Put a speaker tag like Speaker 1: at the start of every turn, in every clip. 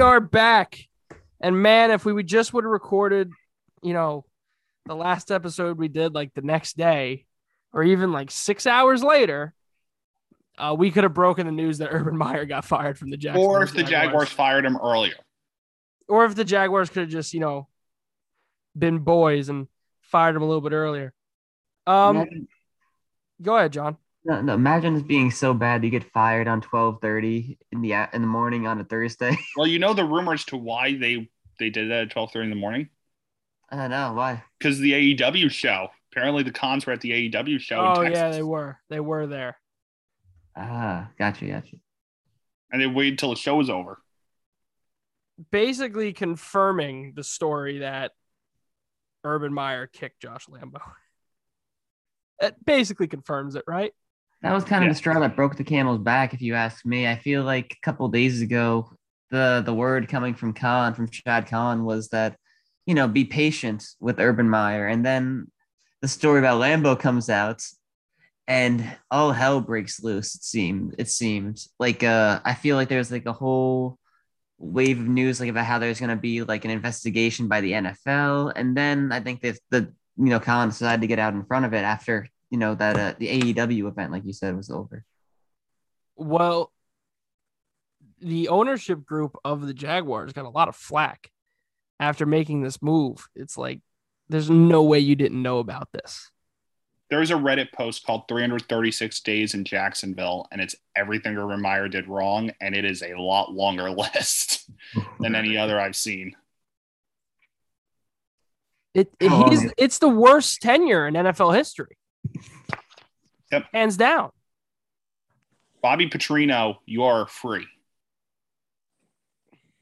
Speaker 1: are back. And man, if we would just would have recorded, you know, the last episode we did like the next day or even like six hours later, uh, we could have broken the news that Urban Meyer got fired from the Jacksonville
Speaker 2: or if the Jaguars fired him earlier.
Speaker 1: or if the Jaguars could have just, you know, been boys and fired him a little bit earlier. Um,
Speaker 3: imagine,
Speaker 1: go ahead, John.
Speaker 3: no, no, imagine this being so bad you get fired on twelve thirty in the a- in the morning on a Thursday.
Speaker 2: Well, you know the rumors to why they they did that at twelve thirty in the morning
Speaker 3: I don't know why.
Speaker 2: because the AEW show. Apparently, the cons were at the AEW show.
Speaker 1: Oh
Speaker 2: in Texas,
Speaker 1: yeah, they were. They were there.
Speaker 3: Ah, gotcha, gotcha.
Speaker 2: and they waited till the show was over.
Speaker 1: Basically confirming the story that Urban Meyer kicked Josh Lambo. It basically confirms it, right?
Speaker 3: That was kind of
Speaker 2: Yeah.
Speaker 3: the straw that broke the camel's back, if you ask me. I feel like a couple days ago, the the word coming from Khan, from Shad Khan, was that, you know, be patient with Urban Meyer. And then the story about Lambo comes out, and all hell breaks loose. It seemed. It seemed like uh, I feel like there's like a whole wave of news like about how there's going to be like an investigation by the NFL, and then I think that the you know Khan decided to get out in front of it after you know that uh, the AEW event, like you said, was over.
Speaker 1: Well, the ownership group of the Jaguars got a lot of flack after making this move. It's like there's no way you didn't know about this.
Speaker 2: There was a Reddit post called 336 Days in Jacksonville, and it's everything Urban Meyer did wrong, and it is a lot longer list than any other I've seen.
Speaker 1: It, it-
Speaker 3: Oh,
Speaker 1: he's
Speaker 3: man.
Speaker 1: it's the worst tenure in NFL history.
Speaker 2: Yep.
Speaker 1: Hands down.
Speaker 2: Bobby Petrino, you are free.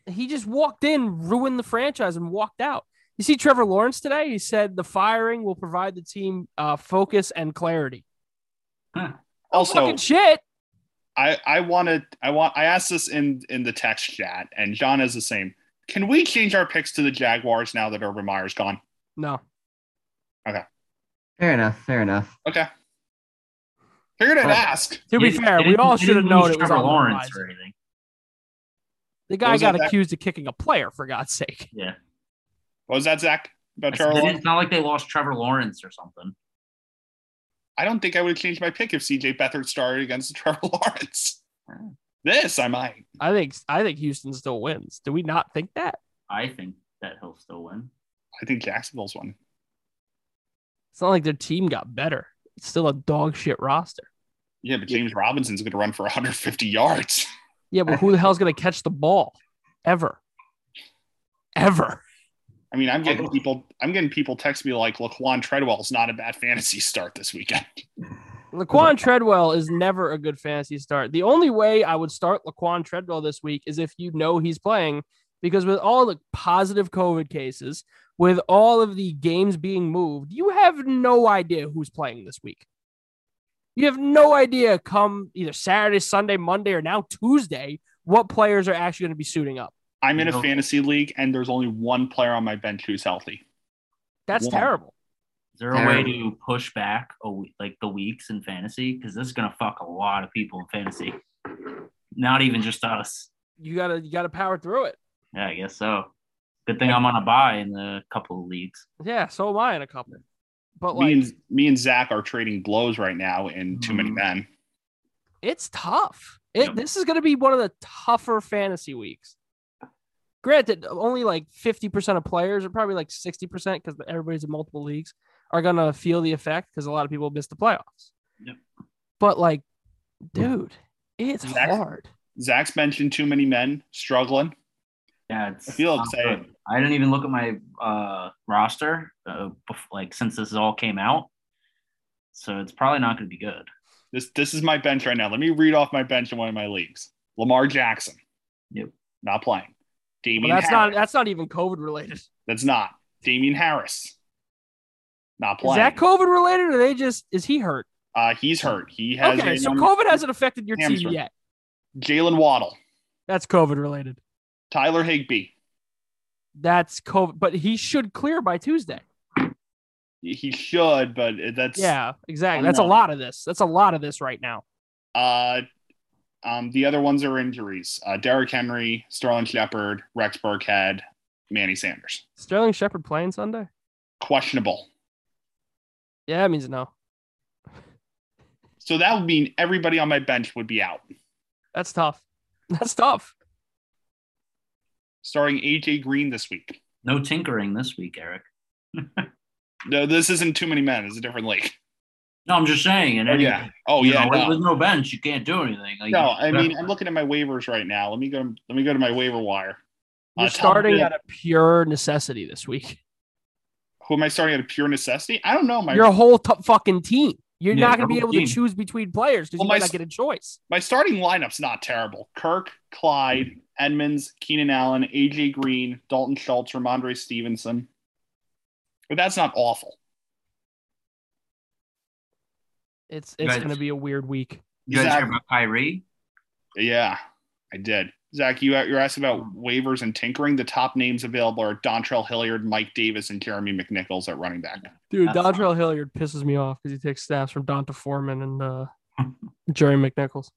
Speaker 1: He just walked in, ruined the franchise, and walked out. You see Trevor Lawrence today? He said the firing will provide the team uh, focus and clarity.
Speaker 2: Also,
Speaker 1: Oh, Fucking shit.
Speaker 2: I I wanted I want I asked this in in the text chat, and John is the same. Can we change our picks to the Jaguars now that Urban Meyer's gone?
Speaker 1: No.
Speaker 3: Fair enough. Fair enough.
Speaker 2: Okay. Figured I'd
Speaker 3: Well,
Speaker 2: ask.
Speaker 1: To be
Speaker 4: It-
Speaker 1: fair,
Speaker 4: it
Speaker 1: we
Speaker 4: didn't-
Speaker 1: all should have
Speaker 4: didn't
Speaker 1: known
Speaker 4: use
Speaker 1: it was
Speaker 4: Trevor
Speaker 1: on the
Speaker 4: Lawrence
Speaker 1: horizon.
Speaker 4: or anything.
Speaker 1: The guy
Speaker 2: was
Speaker 1: got
Speaker 2: that?
Speaker 1: accused of kicking a player, for God's sake.
Speaker 4: Yeah,
Speaker 2: What was that, Zach? About
Speaker 4: I
Speaker 2: Trevor
Speaker 4: said they didn't-
Speaker 2: Lawrence?
Speaker 4: it's not like they lost Trevor Lawrence or something.
Speaker 2: I don't think I would have changed my pick if CJ Beathard started against Trevor Lawrence. This I might.
Speaker 1: I think I think Houston still wins. Do we not think that?
Speaker 4: I think that he'll still win.
Speaker 2: I think Jacksonville's one.
Speaker 1: It's not like their team got better. It's still a dog shit roster.
Speaker 2: Yeah, but James Robinson's going to run for 150 yards.
Speaker 1: Yeah, but who the hell's gonna catch the ball? Ever. Ever.
Speaker 2: I mean, I'm getting
Speaker 3: Oh.
Speaker 2: people. I'm getting people text me like, "Laquan Treadwell's not a bad fantasy start this weekend."
Speaker 1: Laquan Treadwell is never a good fantasy start. The only way I would start Laquan Treadwell this week is if you know he's playing, because with all the positive COVID cases, with all of the games being moved, you have no idea who's playing this week. You have no idea come either Saturday, Sunday, Monday, or now Tuesday, what players are actually going to be suiting up.
Speaker 2: I'm in a
Speaker 4: No.
Speaker 2: fantasy league, and there's only one player on my bench who's healthy.
Speaker 1: That's
Speaker 2: Wow.
Speaker 1: terrible.
Speaker 4: Is there a way to push back a week, like the weeks in fantasy? Because this is gonna fuck a lot of people in fantasy. Not even just us.
Speaker 1: You gotta you gotta power through it.
Speaker 4: Yeah, I guess so. Good thing I'm on a buy in a couple of leagues.
Speaker 1: Yeah, so am I in a couple. But
Speaker 2: me
Speaker 1: like
Speaker 2: and me and Zach are trading blows right now in Too Many
Speaker 4: Mhm.
Speaker 1: Mm-hmm.
Speaker 2: Men.
Speaker 1: it's tough. It,
Speaker 4: Yep.
Speaker 1: This is going to be one of the tougher fantasy weeks. Granted, only like 50% of players, or probably like 60%, because everybody's in multiple leagues, are going to feel the effect because a lot of people missed the playoffs.
Speaker 4: Yep.
Speaker 1: But like, dude, it's
Speaker 2: Exactly.
Speaker 1: hard.
Speaker 2: Zach's mentioned Too Many Men, struggling.
Speaker 4: Yeah, it's
Speaker 2: I feel
Speaker 4: not
Speaker 2: excited.
Speaker 4: good. I didn't even look at my uh, roster, uh, bef- like since this all came out. So it's probably not going to be good.
Speaker 2: This this is my bench right now. Let me read off my bench in one of my leagues. Lamar Jackson.
Speaker 4: Yep.
Speaker 2: Not playing. Damien
Speaker 1: Well, that's not
Speaker 2: Harris.
Speaker 1: that's not even COVID related.
Speaker 2: that's not. Damien Harris. Not
Speaker 1: Is
Speaker 2: playing.
Speaker 1: that COVID related, or they just is he hurt?
Speaker 2: uh, he's hurt. He has
Speaker 1: Okay,
Speaker 2: a,
Speaker 1: so
Speaker 2: um,
Speaker 1: COVID hasn't affected your team
Speaker 2: hamstring.
Speaker 1: yet.
Speaker 2: Jalen Waddle,
Speaker 1: That's COVID related.
Speaker 2: Tyler Higbee.
Speaker 1: That's COVID, but he should clear by Tuesday.
Speaker 2: He should, but that's
Speaker 1: Yeah, exactly.
Speaker 2: I'm
Speaker 1: That's a
Speaker 2: not-
Speaker 1: lot of this. That's a lot of this right now.
Speaker 2: Uh, Um, the other ones are injuries. Uh, Derrick Henry, Sterling Shepard, Rex Burkhead, Manny Sanders.
Speaker 1: Sterling Shepard playing Sunday?
Speaker 2: Questionable.
Speaker 1: Yeah, it means no.
Speaker 2: So that would mean everybody on my bench would be out.
Speaker 1: That's tough. That's tough.
Speaker 2: Starting AJ Green this week.
Speaker 4: No tinkering this week, Eric.
Speaker 2: No, this isn't too many men. It's a different league.
Speaker 4: No, I'm just saying. And
Speaker 2: Oh
Speaker 4: any,
Speaker 2: yeah. Oh
Speaker 4: you
Speaker 2: yeah.
Speaker 4: know, with-
Speaker 2: No.
Speaker 4: with no bench, you can't do anything. Like,
Speaker 2: No, I mean I'm looking at my waivers right now. Let me go. Let me go to my waiver wire.
Speaker 1: You're
Speaker 2: Uh, Tom
Speaker 1: starting
Speaker 2: Brady.
Speaker 1: out of pure necessity this week.
Speaker 2: Who am I starting at a pure necessity? I don't know. My
Speaker 1: Your whole t- fucking team. You're
Speaker 4: Yeah,
Speaker 1: not going to be
Speaker 4: your
Speaker 1: able
Speaker 4: whole team.
Speaker 1: to choose between players because
Speaker 2: Well,
Speaker 1: you
Speaker 2: my
Speaker 1: might not
Speaker 2: s-
Speaker 1: get a choice.
Speaker 2: my starting lineup's not terrible. Kirk, Clyde, Edmonds, Keenan Allen, AJ Green, Dalton Schultz, Ramondre Stevenson. But that's not awful.
Speaker 1: It's
Speaker 4: You
Speaker 1: it's
Speaker 4: guys-
Speaker 1: going to be a weird week.
Speaker 4: you guys hear
Speaker 2: Zach-
Speaker 4: about Kyrie?
Speaker 2: Yeah, I did. Zach, you you're asking about waivers and tinkering. The top names available are Dontrell Hilliard, Mike Davis, and Jeremy McNichols at running back.
Speaker 1: Dude,
Speaker 4: That's
Speaker 1: Dontrell Hilliard pisses me off because he takes snaps from Donta Foreman and uh, Jerry McNichols.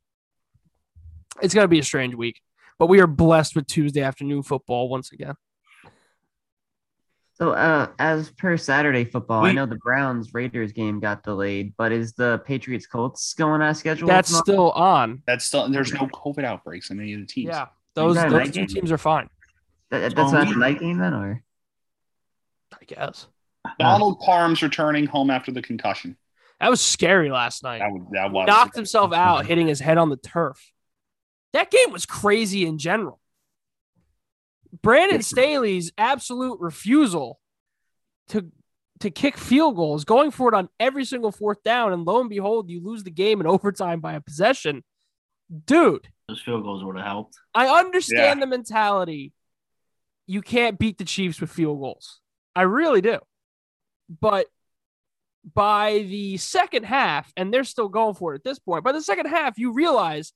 Speaker 1: It's going to be a strange week, but we are blessed with Tuesday afternoon football once again.
Speaker 3: So, uh, as per Saturday football, I
Speaker 4: Wait.
Speaker 3: know the Browns Raiders game got delayed, but is the Patriots Colts going on schedule?
Speaker 1: That's
Speaker 3: tomorrow?
Speaker 1: still on.
Speaker 2: That's still there's no COVID outbreaks in any of the teams.
Speaker 1: Yeah, those,
Speaker 3: that a
Speaker 1: those
Speaker 3: night
Speaker 1: two
Speaker 3: game?
Speaker 1: teams are fine,
Speaker 3: That- that's not the night game then, or
Speaker 1: I guess.
Speaker 2: Donald Parham's returning home after the concussion.
Speaker 1: That was scary last night.
Speaker 2: That would that was
Speaker 1: knocked himself out hitting his head on the turf. That game was crazy in general. Brandon Staley's absolute refusal to to kick field goals, going for it on every single fourth down, and lo and behold, you lose the game in overtime by a possession. Dude,
Speaker 4: Those field goals would have helped.
Speaker 1: I understand the mentality. You can't beat the Chiefs with field goals. I really do. But by the second half, and they're still going for it at this point, by the second half, you realize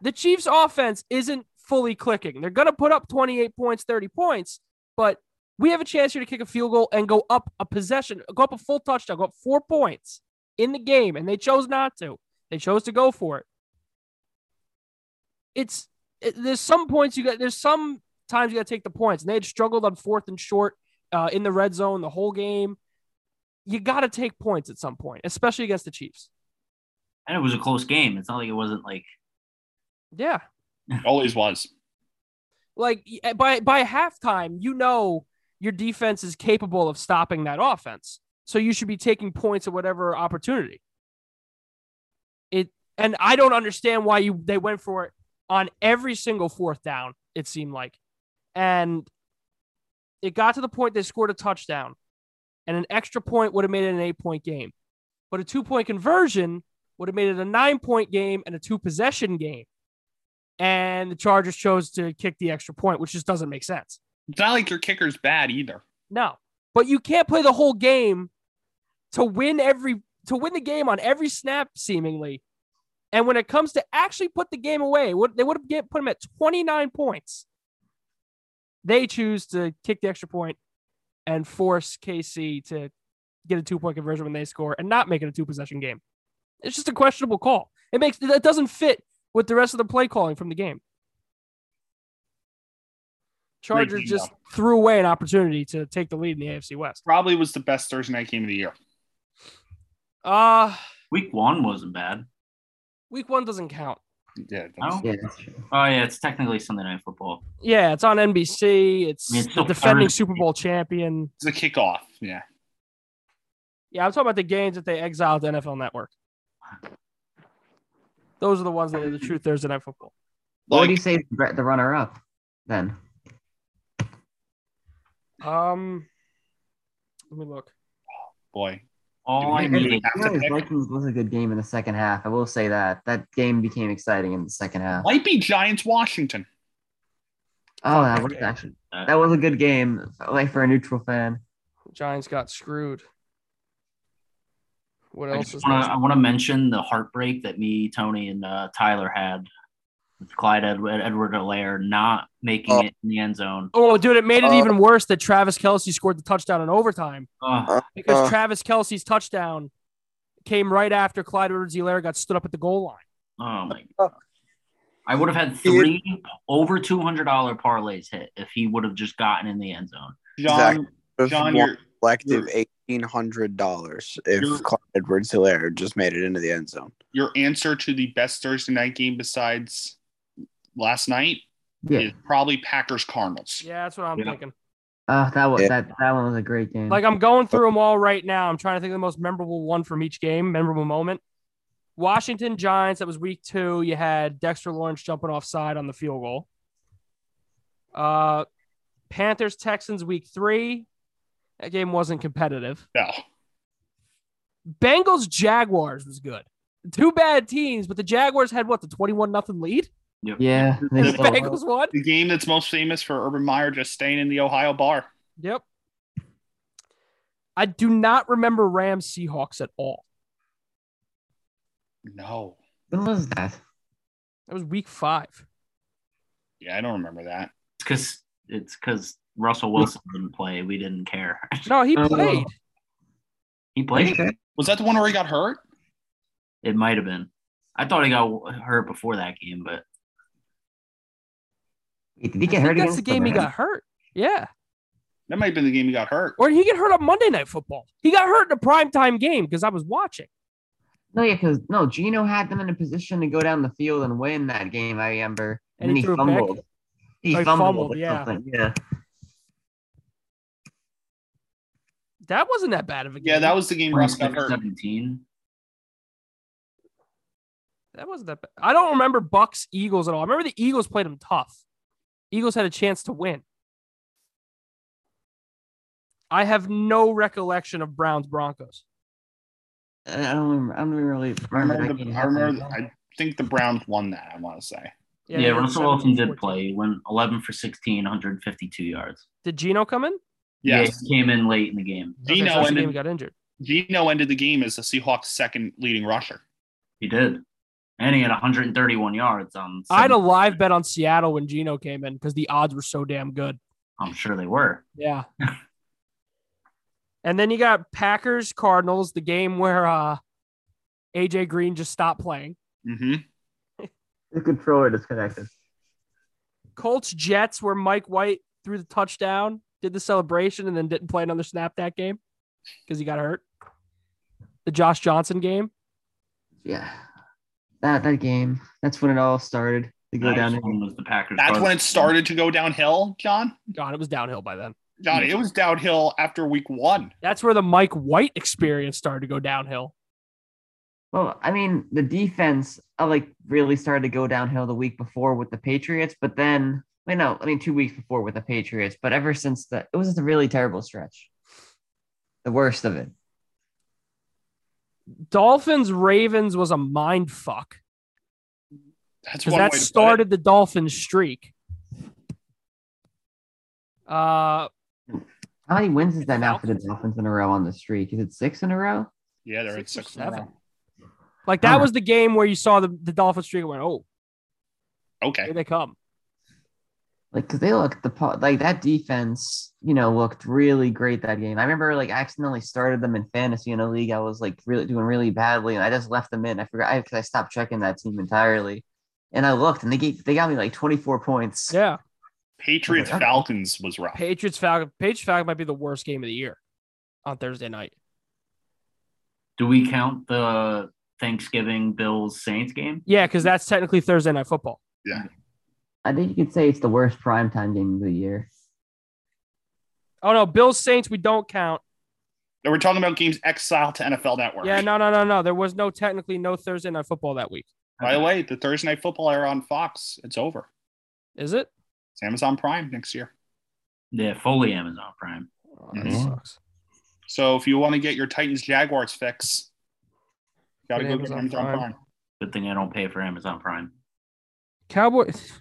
Speaker 1: the Chiefs' offense isn't fully clicking. They're going to put up 28 points, 30 points, but we have a chance here to kick a field goal and go up a possession, go up a full touchdown, go up four points in the game. And they chose not to. They chose to go for it it's it, there's some points you got there's some times you got to take the points and they had struggled on fourth and short uh, in the red zone the whole game you got to take points at some point especially against the chiefs
Speaker 4: And it was a close game. It's not like it wasn't like
Speaker 1: yeah
Speaker 2: Always was.
Speaker 1: like y- eh, by by halftime you know your defense is capable of stopping that offense so you should be taking points at whatever opportunity it and i don't understand why you they went for it on every single fourth down it seemed like and it got to the point they scored a touchdown and an extra point would have made it an eight point game but a two point conversion would have made it a nine point game and a two possession game and the Chargers chose to kick the extra point, which just doesn't make sense.
Speaker 2: It's not like your kicker's bad either.
Speaker 1: No, but you can't play the whole game to win every to win the game on every snap, seemingly. And when it comes to actually put the game away, what they would have get, put them at 29 points. They choose to kick the extra point and force KC to get a two point conversion when they score and not make it a two possession game. It's just a questionable call. It makes that doesn't fit with the rest of the play calling from the game. Chargers
Speaker 2: game,
Speaker 1: just threw away an opportunity to take the lead in the AFC West.
Speaker 2: Probably was the best Thursday night game of the year.
Speaker 1: Uh
Speaker 4: week one wasn't bad.
Speaker 1: week one doesn't count.
Speaker 2: Yeah,
Speaker 4: No?
Speaker 3: Yeah, that's true.
Speaker 4: Oh yeah, it's technically Sunday night football.
Speaker 1: Yeah, it's on NBC.
Speaker 4: I
Speaker 1: It's,
Speaker 4: mean, it's
Speaker 1: the
Speaker 4: still
Speaker 1: defending
Speaker 4: Thursday.
Speaker 1: Super Bowl champion.
Speaker 2: it's a kickoff. Yeah,
Speaker 1: Yeah, I'm talking about the games that they exiled to NFL Network. Those are the ones that are the true Thursday night football.
Speaker 3: what
Speaker 2: like
Speaker 3: do you say is the the runner-up then?
Speaker 1: Um, let me look.
Speaker 2: boy,
Speaker 4: All I
Speaker 2: Dude,
Speaker 4: need
Speaker 2: you
Speaker 4: is
Speaker 2: have to
Speaker 3: Steelers
Speaker 2: pick.
Speaker 3: Vikings was a good game in the second half. I will say that that game became exciting in the second half.
Speaker 2: might be Giants Washington.
Speaker 3: Oh, that was actually that was a good game, like for a neutral fan.
Speaker 1: Giants got screwed. What
Speaker 4: I
Speaker 1: else
Speaker 4: just
Speaker 1: is
Speaker 4: wanna,
Speaker 1: there?
Speaker 4: I want to mention the heartbreak that me, Tony, and uh, Tyler had with Clyde Edward, Edward Alaire not making it in the end zone.
Speaker 1: Oh, dude, it made it
Speaker 5: Uh,
Speaker 1: even worse that Travis Kelsey scored the touchdown in overtime
Speaker 4: Ugh,
Speaker 1: because
Speaker 5: Uh.
Speaker 1: Travis Kelsey's touchdown came right after Clyde Edwards-Helaire got stood up at the goal line.
Speaker 4: Oh my god. I would have had three over two hundred dollar parlays hit if he would have just gotten in the end zone.
Speaker 2: John,
Speaker 5: Just
Speaker 2: John,
Speaker 5: one
Speaker 2: you're,
Speaker 5: collective
Speaker 2: you're-
Speaker 5: eighteen hundred dollars if
Speaker 2: You're-
Speaker 5: Clyde Edwards Hilaire just made it into the end zone.
Speaker 2: your answer to the best Thursday night game besides last night
Speaker 3: Yeah.
Speaker 2: is probably Packers Cardinals.
Speaker 1: Yeah, that's what I'm
Speaker 4: Yeah.
Speaker 1: thinking.
Speaker 3: Oh, that was
Speaker 5: Yeah.
Speaker 3: that that one was a great game.
Speaker 1: Like I'm going through them all right now. I'm trying to think of the most memorable one from each game, memorable moment. Washington Giants. That was week two. You had Dexter Lawrence jumping offside on the field goal. Uh, Panthers Texans week three. That game wasn't competitive.
Speaker 2: No.
Speaker 1: Bengals Jaguars was good. Two bad teams, but the Jaguars had what the twenty-one nothing lead.
Speaker 3: yeah, they
Speaker 1: The
Speaker 2: The
Speaker 3: still-
Speaker 1: Bengals won.
Speaker 2: The game that's most famous for Urban Meyer just staying in the Ohio bar.
Speaker 1: Yep. I do not remember Rams Seahawks at all.
Speaker 2: No.
Speaker 3: When was that?
Speaker 1: That was week five.
Speaker 2: Yeah, I don't remember that.
Speaker 4: It's because it's because Russell Wilson didn't play. We didn't care.
Speaker 1: No, he
Speaker 3: Oh.
Speaker 1: played.
Speaker 4: he played.
Speaker 3: Okay.
Speaker 2: Was that the one where he got hurt?
Speaker 4: It might have been. I thought he got hurt before that game, but
Speaker 3: Wait, Did he get
Speaker 1: I
Speaker 3: hurt?
Speaker 1: think that's
Speaker 3: against
Speaker 1: the game he
Speaker 3: Rams?
Speaker 1: got hurt. Yeah.
Speaker 2: That might have been the game he got hurt.
Speaker 1: Or did he get hurt on Monday Night Football? He got hurt in a primetime game because I was watching.
Speaker 3: No, yeah, because no, Gino had them in a position to go down the field and win that game. I remember,
Speaker 1: And
Speaker 3: and,
Speaker 1: he
Speaker 3: he,
Speaker 1: threw a pick?
Speaker 3: fumbled. He
Speaker 1: Oh, he
Speaker 3: fumbled.
Speaker 1: fumbled,
Speaker 3: or
Speaker 1: yeah.
Speaker 3: something, yeah.
Speaker 1: That wasn't that bad of a game.
Speaker 2: Yeah, that was the game Russ got hurt.
Speaker 4: 17.
Speaker 1: that wasn't that bad. I don't remember Bucks Eagles at all. I remember the Eagles played them tough. Eagles had a chance to win. I have no recollection of Browns Broncos.
Speaker 3: I I don't. Remember, I don't really
Speaker 2: I
Speaker 3: remember.
Speaker 2: remember,
Speaker 3: that
Speaker 2: the,
Speaker 3: game
Speaker 2: I, remember
Speaker 3: happening.
Speaker 2: I think the Browns won that, I want to say.
Speaker 4: Yeah,
Speaker 1: they won
Speaker 4: Russell Wilson
Speaker 1: 17-14.
Speaker 4: did play. He went 11 for 16, 152 yards.
Speaker 1: Did Gino come in?
Speaker 4: Yeah,
Speaker 2: Yes.
Speaker 4: he came in late in the game.
Speaker 1: Okay, so
Speaker 2: Gino,
Speaker 1: that's the game he
Speaker 2: ended,
Speaker 1: got injured.
Speaker 2: Gino ended the game as the Seahawks' second leading rusher.
Speaker 4: He did. And he had 131 yards on.
Speaker 1: I had a
Speaker 4: seven-
Speaker 1: live bet on Seattle when Gino came in because the odds were so damn good.
Speaker 4: I'm sure they were.
Speaker 1: Yeah. and then you got Packers Cardinals, the game where uh AJ Green just stopped playing.
Speaker 2: hmm
Speaker 3: the controller disconnected.
Speaker 1: Colts Jets where Mike White threw the touchdown, did the celebration, and then didn't play another snap that game because he got hurt. The Josh Johnson game.
Speaker 3: Yeah, that that game. That's when it all started to go
Speaker 4: That
Speaker 3: down.
Speaker 4: was when was the Packers.
Speaker 2: That's when it
Speaker 4: Cardinals.
Speaker 2: started to go downhill, John.
Speaker 1: God, it was downhill by then.
Speaker 2: John, it was downhill after week one.
Speaker 1: That's where the Mike White experience started to go downhill.
Speaker 3: Well, I mean, the defense uh, like really started to go downhill the week before with the Patriots, but then wait, no, I mean two weeks before with the Patriots, but ever since that, it was just a really terrible stretch. The worst of it.
Speaker 1: Dolphins Ravens was a mind fuck
Speaker 2: That's
Speaker 1: because
Speaker 2: one
Speaker 1: that
Speaker 2: way to put it.
Speaker 1: started the Dolphins streak. Uh,
Speaker 3: How many wins is that now for the Dolphins in a row on the streak? Is it six in a row?
Speaker 2: Yeah, they're
Speaker 1: Six
Speaker 2: at
Speaker 1: or
Speaker 2: six.
Speaker 1: seven. Like that was the game where you saw the, the Dolphins streak and went, oh, here
Speaker 2: Okay.
Speaker 1: they come.
Speaker 3: Like, cause they looked the po- like that defense, you know, looked really great that game. I remember like accidentally started them in fantasy in a league I was like really doing really badly, and I just left them in. I forgot because I, stopped checking that team entirely, and I looked and they gave, they got me like twenty four points.
Speaker 1: Yeah.
Speaker 2: Patriots
Speaker 3: Okay.
Speaker 2: Falcons was rough.
Speaker 1: Patriots Falcon Patriots Falcon might be the worst game of the year on Thursday night.
Speaker 4: Do we count the Thanksgiving Bills Saints game?
Speaker 1: Yeah, because that's technically Thursday night football.
Speaker 3: I think you could say it's the worst primetime game of the year.
Speaker 1: Oh no, Bills Saints we don't count.
Speaker 2: No, We're talking about games exiled to NFL Network.
Speaker 1: Yeah, no, no, no, no. There was no technically no Thursday night football that week.
Speaker 2: By the way, the Thursday night football era on Fox, it's over.
Speaker 1: Is it?
Speaker 2: It's Amazon Prime next year.
Speaker 4: Yeah, fully Amazon Prime.
Speaker 1: Oh, that
Speaker 2: Mhm.
Speaker 1: sucks.
Speaker 2: So if you want to get your Titans Jaguars fix, got to
Speaker 1: Get
Speaker 2: go get
Speaker 1: Amazon
Speaker 2: Amazon Prime.
Speaker 1: Prime.
Speaker 4: Good thing I don't pay for Amazon Prime.
Speaker 1: Cowboys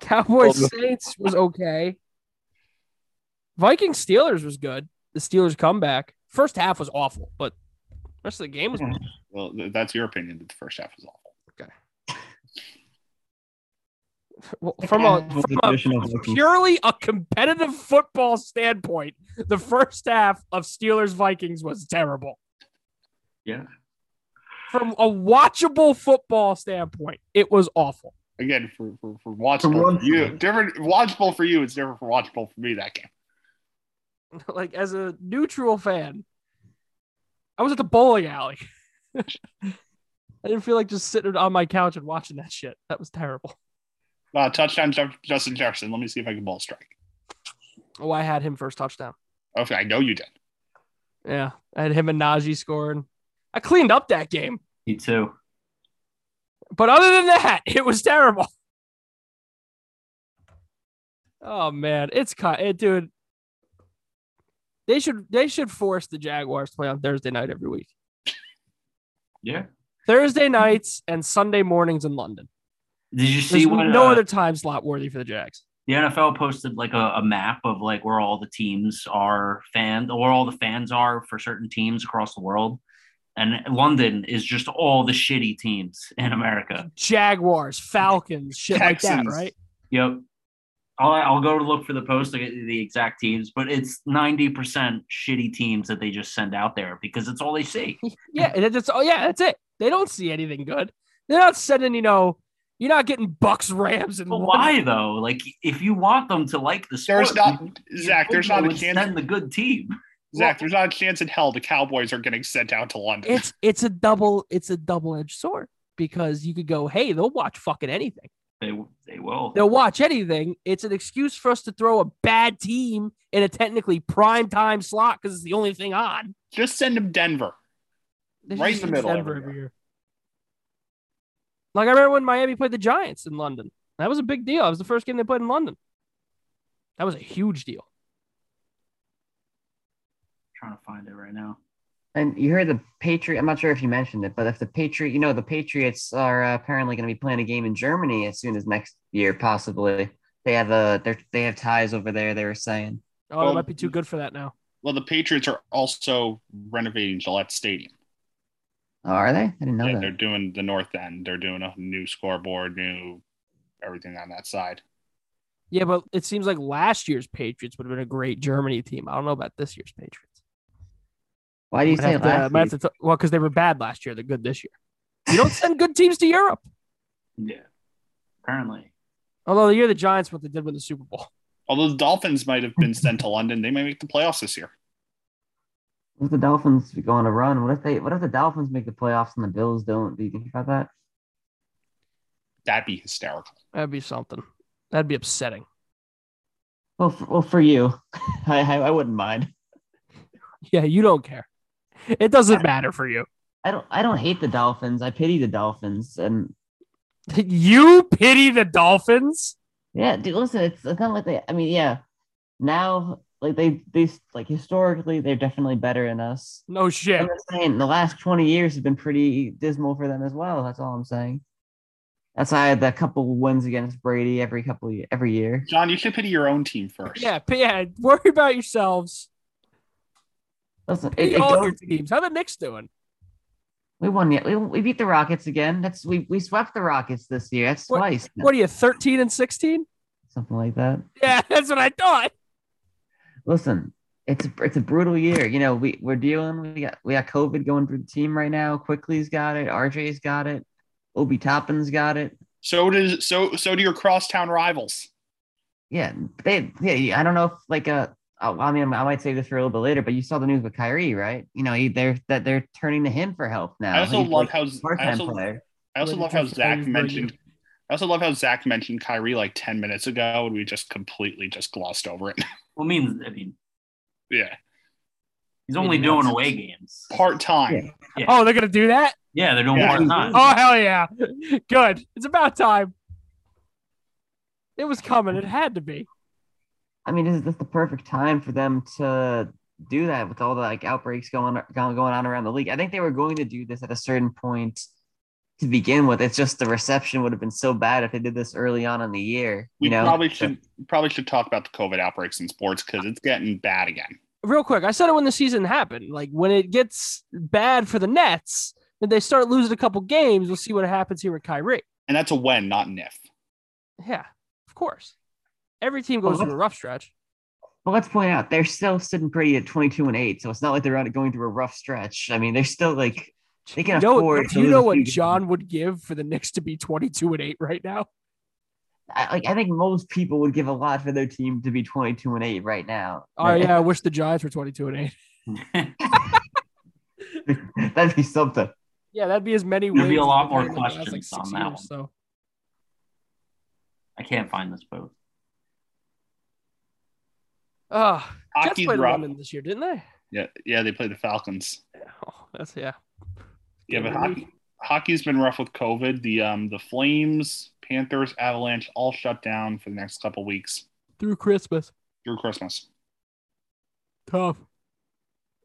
Speaker 1: Cowboys
Speaker 5: Well,
Speaker 1: Saints was okay. Viking Steelers was good. The Steelers comeback. First half was awful, but rest of the game was
Speaker 2: Well, th- that's your opinion that the first half was awful.
Speaker 1: well, from a,
Speaker 3: With the
Speaker 1: from a
Speaker 3: addition of Vikings.
Speaker 1: purely a competitive football standpoint, the first half of Steelers Vikings was terrible.
Speaker 4: Yeah.
Speaker 1: from a watchable football standpoint, it was awful.
Speaker 2: Again, for for, for watchable
Speaker 6: one
Speaker 2: for you,
Speaker 6: thing.
Speaker 2: different watchable for you. It's different for watchable for me. That game.
Speaker 1: Like as a neutral fan, I was at the bowling alley. I didn't feel like just sitting on my couch and watching that shit. That was terrible.
Speaker 2: Uh, touchdown, Jeff, Justin Jefferson. Let me see if I can ball strike.
Speaker 1: Oh, I had him first touchdown.
Speaker 2: Okay, I know you did.
Speaker 1: Yeah, I had him and Najee scoring. I cleaned up that game,
Speaker 4: Me too.
Speaker 1: but other than that, it was terrible. Oh man, it's cut, it, dude. They should they should force the Jaguars to play on Thursday night every week.
Speaker 4: Yeah.
Speaker 1: Thursday nights and Sunday mornings in London.
Speaker 4: Did you
Speaker 1: There's
Speaker 4: see what
Speaker 1: no
Speaker 4: uh,
Speaker 1: other time slot worthy for the Jags.
Speaker 4: the NFL posted like a, a map of like where all the teams are fans or where all the fans are for certain teams across the world. And London is just all the shitty teams in America.
Speaker 1: Jaguars, Falcons, shit like that,
Speaker 2: Texans.
Speaker 1: right?
Speaker 4: Yep. I'll, I'll go to look for the post to get the exact teams, but it's 90% shitty teams that they just send out there because it's all they see.
Speaker 1: Yeah, and it's oh yeah, that's it. They don't see anything good. They're not sending, you know, you're not getting Bucks, Rams, and
Speaker 4: But
Speaker 1: London.
Speaker 4: why though? Like, if you want them to like the sport,
Speaker 2: There's not-
Speaker 4: you- you
Speaker 2: Zach, there's
Speaker 4: would
Speaker 2: not a
Speaker 4: go and
Speaker 2: chance-
Speaker 4: Send the good team.
Speaker 2: Zach, there's not a chance in hell the Cowboys are getting sent out to London.
Speaker 1: it's it's a double it's a double edged sword because you could go, hey, they'll watch fucking anything.
Speaker 4: They they will.
Speaker 1: They'll watch anything. It's an excuse for us to throw a bad team in a technically prime time slot because it's the only thing on.
Speaker 2: Just send them Denver.
Speaker 1: They
Speaker 2: Right
Speaker 1: just
Speaker 2: in the
Speaker 1: use
Speaker 2: middle
Speaker 1: Denver
Speaker 2: every
Speaker 1: every year. Like I remember when Miami played the Giants in London. That was a big deal. That was the first game they played in London. That was a huge deal.
Speaker 4: trying to find it right now.
Speaker 3: And you heard the Patriot. I'm not sure if you mentioned it, but if the Patriot, you know, the Patriots are uh, apparently going to be playing a game in Germany as soon as next year, possibly. They have a they're, they have ties over there. They were saying.
Speaker 1: Oh,
Speaker 2: Well,
Speaker 1: that might be too good for that now.
Speaker 2: Well, the Patriots are also renovating Gillette Stadium.
Speaker 3: Oh, are they? I didn't know
Speaker 2: Yeah, they're
Speaker 3: that.
Speaker 2: doing the north end. They're doing a new scoreboard, new everything on that side.
Speaker 1: Yeah, but it seems like last year's Patriots would have been a great Germany team. I don't know about this year's Patriots.
Speaker 3: Why do you
Speaker 1: Might
Speaker 3: say
Speaker 1: have
Speaker 3: it
Speaker 1: to-
Speaker 3: last?
Speaker 1: might have
Speaker 3: week?
Speaker 1: to t- well, because they were bad last year. They're good this year. You don't send good teams to Europe.
Speaker 4: Yeah. Apparently.
Speaker 1: Although the year the Giants, what they did win the Super Bowl.
Speaker 2: Although the Dolphins might have been sent to London, they may make the playoffs this year.
Speaker 3: What if the Dolphins go on a run? What if they? What if the Dolphins make the playoffs and the Bills don't? Do you think about that?
Speaker 2: That'd be hysterical.
Speaker 1: That'd be something. That'd be upsetting.
Speaker 3: Well, for, well, for you, I, I I wouldn't mind.
Speaker 1: Yeah, you don't care. It doesn't matter for you.
Speaker 3: I don't I don't hate the Dolphins. I pity the Dolphins, and
Speaker 1: You pity the Dolphins.
Speaker 3: yeah, dude, listen, it's, it's not like they. I mean, yeah, now like they they like historically they're definitely better than us.
Speaker 1: No shit.
Speaker 3: I'm just saying the last twenty years have been pretty dismal for them as well. That's all I'm saying. Outside the couple wins against Brady every couple ye- every year.
Speaker 2: John, you should pity your own team first.
Speaker 1: Yeah, p- yeah. Worry about yourselves.
Speaker 3: Listen, it,
Speaker 1: Pity
Speaker 3: it
Speaker 1: all
Speaker 3: goes-
Speaker 1: your teams. How the Knicks doing?
Speaker 3: we won yet. We, we beat the Rockets again. That's we we swept the Rockets this year. That's
Speaker 1: What-
Speaker 3: twice.
Speaker 1: What are you, thirteen and sixteen?
Speaker 3: Something like that.
Speaker 1: Yeah, that's what I thought.
Speaker 3: listen, it's a, it's a brutal year. You know, we we're dealing. We got we got COVID going through the team right now. Quickly's got it. RJ's got it. Obi Toppin's got it.
Speaker 2: So does so so do your crosstown rivals.
Speaker 3: Yeah, they. Yeah, I don't know if like uh oh, I mean, I might save this for a little bit later, but you saw the news with Kyrie, right? You know, he, they're that they're turning to him for help now.
Speaker 2: I also
Speaker 3: He's
Speaker 2: love
Speaker 3: like
Speaker 2: how
Speaker 3: a
Speaker 2: I
Speaker 3: part-time
Speaker 2: also,
Speaker 3: player.
Speaker 2: I also love how Zach mentioned I also love how Zach mentioned Kyrie like ten minutes ago and we just completely just glossed over it.
Speaker 4: Well, I mean, I mean,
Speaker 2: yeah.
Speaker 4: he's only
Speaker 3: Yeah.
Speaker 4: doing away games.
Speaker 2: Part time.
Speaker 1: Oh, they're gonna do that?
Speaker 4: Yeah, they're doing
Speaker 2: Yeah.
Speaker 4: part time.
Speaker 1: Oh hell yeah. Good. It's about time. It was coming. It had to be.
Speaker 3: I mean, is this the perfect time for them to do that with all the like outbreaks going going going on around the league? I think they were going to do this at a certain point to begin with. It's just the reception would have been so bad if they did this early on in the year.
Speaker 2: We
Speaker 3: You know,
Speaker 2: probably should probably should talk about the COVID outbreaks in sports because it's getting bad again.
Speaker 1: real quick, I said it when the season happened. Like when it gets bad for the Nets, then they start losing a couple games. We'll see what happens here with Kyrie.
Speaker 2: And that's a when, not an if.
Speaker 1: Yeah, of course. Every team
Speaker 3: Well,
Speaker 1: goes through a rough stretch.
Speaker 3: But let's point out they're still sitting pretty at twenty two and eight, so it's not like they're out going through a rough stretch. I mean, they're still like They can
Speaker 1: You know,
Speaker 3: afford. to
Speaker 1: do you
Speaker 3: lose
Speaker 1: know
Speaker 3: a few
Speaker 1: what
Speaker 3: games.
Speaker 1: John would give for the Knicks to be 22 and 8 right now?
Speaker 3: I, like, I think most people would give a lot for their team to be 22 and 8 right now.
Speaker 1: Oh, yeah. I wish the Giants were 22 and 8.
Speaker 4: There'd
Speaker 3: That'd be something.
Speaker 1: Yeah, that'd be as many
Speaker 4: There'd
Speaker 1: wins.
Speaker 4: be a
Speaker 1: as
Speaker 4: lot
Speaker 1: they've
Speaker 4: more
Speaker 1: had in the last, like,
Speaker 4: questions
Speaker 1: six
Speaker 4: on that
Speaker 1: years,
Speaker 4: one.
Speaker 1: So
Speaker 4: I can't find this post.
Speaker 1: uh, Jets
Speaker 2: Hockey's
Speaker 1: played in
Speaker 2: rough.
Speaker 1: London this year, didn't they?
Speaker 2: Yeah, yeah, they play the Falcons.
Speaker 1: Oh, that's yeah.
Speaker 2: Yeah, but
Speaker 1: Yeah,
Speaker 2: hockey, hockey's been rough with COVID. The um the Flames, Panthers, Avalanche all shut down for the next couple weeks
Speaker 1: Through Christmas.
Speaker 2: through Christmas.
Speaker 1: Tough.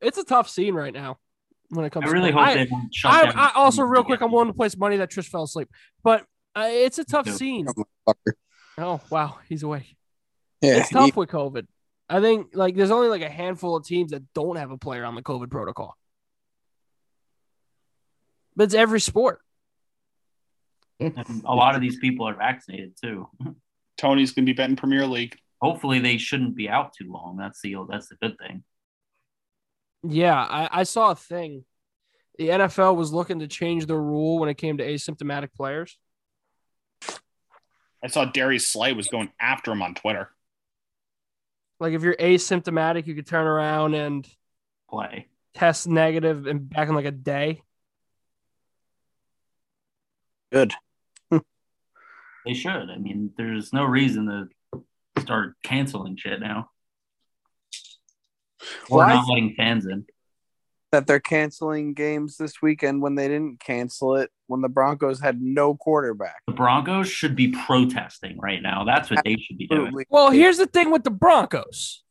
Speaker 1: It's a tough scene right now when it comes
Speaker 4: I
Speaker 1: to
Speaker 4: really hope
Speaker 1: I,
Speaker 4: they don't shut
Speaker 1: I,
Speaker 4: down.
Speaker 1: I also real quick, I'm willing to place money that Trish fell asleep, but uh, it's a tough
Speaker 4: too.
Speaker 1: scene.
Speaker 5: Fucker.
Speaker 1: Oh wow, he's awake.
Speaker 5: Yeah,
Speaker 1: It's tough with COVID. I think like there's only like a handful of teams that don't have a player on the COVID protocol. But it's every sport.
Speaker 3: It's,
Speaker 4: And a lot of these people are vaccinated too.
Speaker 2: Tony's gonna be betting Premier League.
Speaker 4: Hopefully, they shouldn't be out too long. That's the that's the good thing.
Speaker 1: Yeah, I, I saw a thing. The NFL was looking to change the rule when it came to asymptomatic players.
Speaker 2: I saw Darius Slay was going after him on Twitter.
Speaker 1: Like if you're asymptomatic, you could turn around and
Speaker 4: Play.
Speaker 1: test negative and back in like a day.
Speaker 5: good.
Speaker 4: They should. I mean, there's no reason to start canceling shit now. Or
Speaker 5: Well, I
Speaker 4: not letting fans in.
Speaker 5: That they're canceling games this weekend when they didn't cancel it when the Broncos had no quarterback.
Speaker 4: The Broncos should be protesting right now. That's what they should be doing.
Speaker 5: Absolutely.
Speaker 1: Well, here's the thing with the Broncos.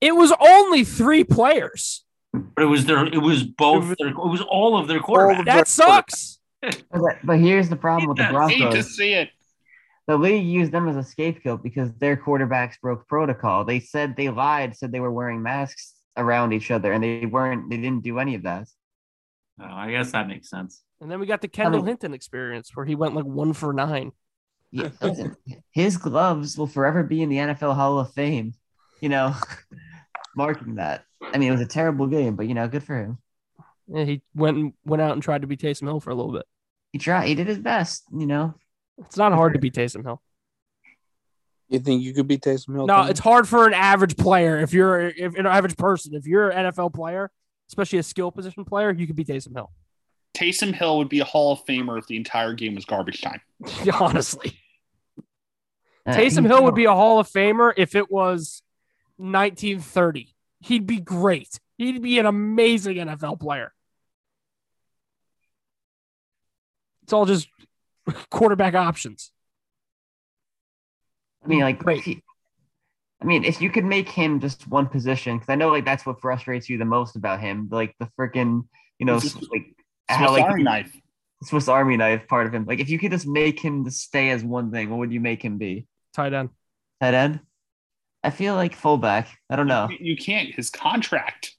Speaker 1: It was only three players.
Speaker 4: But it was their. It was both. Their, it was all of their
Speaker 5: of
Speaker 4: quarterbacks.
Speaker 5: their-
Speaker 1: That sucks.
Speaker 3: but, but here's the problem with the
Speaker 2: Hate to
Speaker 3: Broncos.
Speaker 2: see it.
Speaker 3: The league used them as a scapegoat because their quarterbacks broke protocol. They said they lied, said they were wearing masks around each other, and they weren't. They didn't do any of that.
Speaker 4: Oh, I guess that makes sense.
Speaker 1: And then we got the Kendall
Speaker 3: mean-
Speaker 1: Hinton experience where he went like one for nine.
Speaker 3: Yeah, listen, his gloves will forever be in the NFL Hall of Fame. You know, marking that. I mean, it was a terrible game, but you know, good for him.
Speaker 1: Yeah, he went and went out and tried to be Taysom Hill for a little bit.
Speaker 3: He tried. He did his best. You know,
Speaker 1: It's not hard to be Taysom Hill.
Speaker 5: You think you could beat Taysom Hill?
Speaker 1: No,
Speaker 5: Tony?
Speaker 1: it's hard for an average player. If you're if an average person, if you're an NFL player, especially a skill position player, you could be Taysom Hill.
Speaker 2: Taysom Hill would be a Hall of Famer if the entire game was garbage time.
Speaker 1: Honestly,
Speaker 3: Uh,
Speaker 1: Taysom
Speaker 3: he-
Speaker 1: Hill would be a Hall of Famer if it was 1930. He'd be great. He'd be an amazing NFL player. It's all just quarterback options.
Speaker 3: I mean, like,
Speaker 1: Wait.
Speaker 3: he- I mean, if you could make him just one position, because I know like that's what frustrates you the most about him, like the freaking, you know,
Speaker 2: This is-
Speaker 3: like
Speaker 2: Swiss
Speaker 3: how like
Speaker 2: Army knife.
Speaker 3: Swiss Army knife part of him. Like, if you could just make him to stay as one thing, what would you make him be?
Speaker 1: Tight end.
Speaker 3: Tight end? I feel like fullback. I don't know.
Speaker 2: You can't. His contract.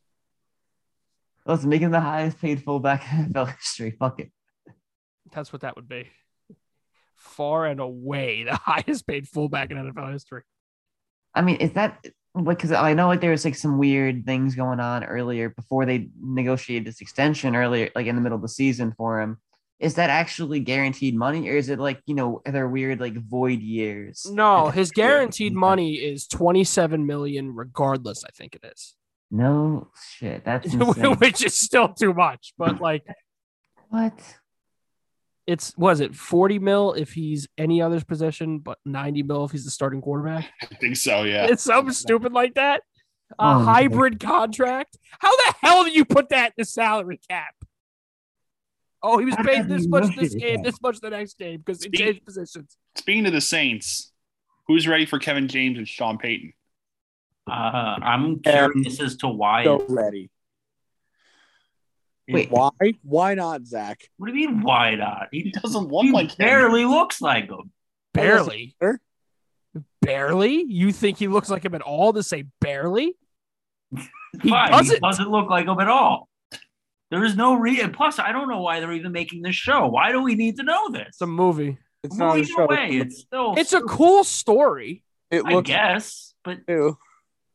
Speaker 3: Let's make him the highest paid fullback in NFL history. Fuck it.
Speaker 1: That's what that would be. Far and away the highest paid fullback in NFL history.
Speaker 3: I mean, is that like because I know like there was like some weird things going on earlier before they negotiated this extension earlier, like in the middle of the season for him. Is that actually guaranteed money, or is it like you know are there weird like void years?
Speaker 1: No, his guaranteed money is 27 million regardless, I think it is.
Speaker 3: No shit. That's insane.
Speaker 1: Which is still too much, but like
Speaker 3: what?
Speaker 1: it's was it 40 mil if he's any other's position, but 90 mil if he's the starting quarterback.
Speaker 2: I think so. Yeah.
Speaker 1: It's something stupid like that. A
Speaker 3: Oh, okay.
Speaker 1: hybrid contract. How the hell do you put that in the salary cap? Oh, he was
Speaker 3: How did
Speaker 1: paid
Speaker 3: you
Speaker 1: this much
Speaker 3: negotiate
Speaker 1: this
Speaker 3: that?
Speaker 1: game, this much the next game because he
Speaker 2: See?
Speaker 1: changed positions.
Speaker 2: Speaking of the Saints, who's ready for Kevin James and Sean Payton?
Speaker 4: Uh, I'm curious as to why.
Speaker 5: so ready.
Speaker 3: Wait.
Speaker 5: Why? Why not, Zach?
Speaker 4: What do you mean? Why not? He,
Speaker 2: He doesn't
Speaker 4: he
Speaker 2: look like him.
Speaker 4: barely looks like him.
Speaker 1: Barely.
Speaker 5: better?
Speaker 1: Barely? You think he looks like him at all to say barely? He
Speaker 4: Fine,
Speaker 1: doesn't.
Speaker 4: look like him at all. There is no reason. Plus, I don't know why they're even making this show. Why do we need to know this?
Speaker 1: It's a movie.
Speaker 5: It's
Speaker 4: well,
Speaker 5: not a
Speaker 4: either
Speaker 5: show.
Speaker 4: way, it's still.
Speaker 1: It's a cool story.
Speaker 5: It
Speaker 4: I
Speaker 5: looks
Speaker 4: guess, but
Speaker 5: too.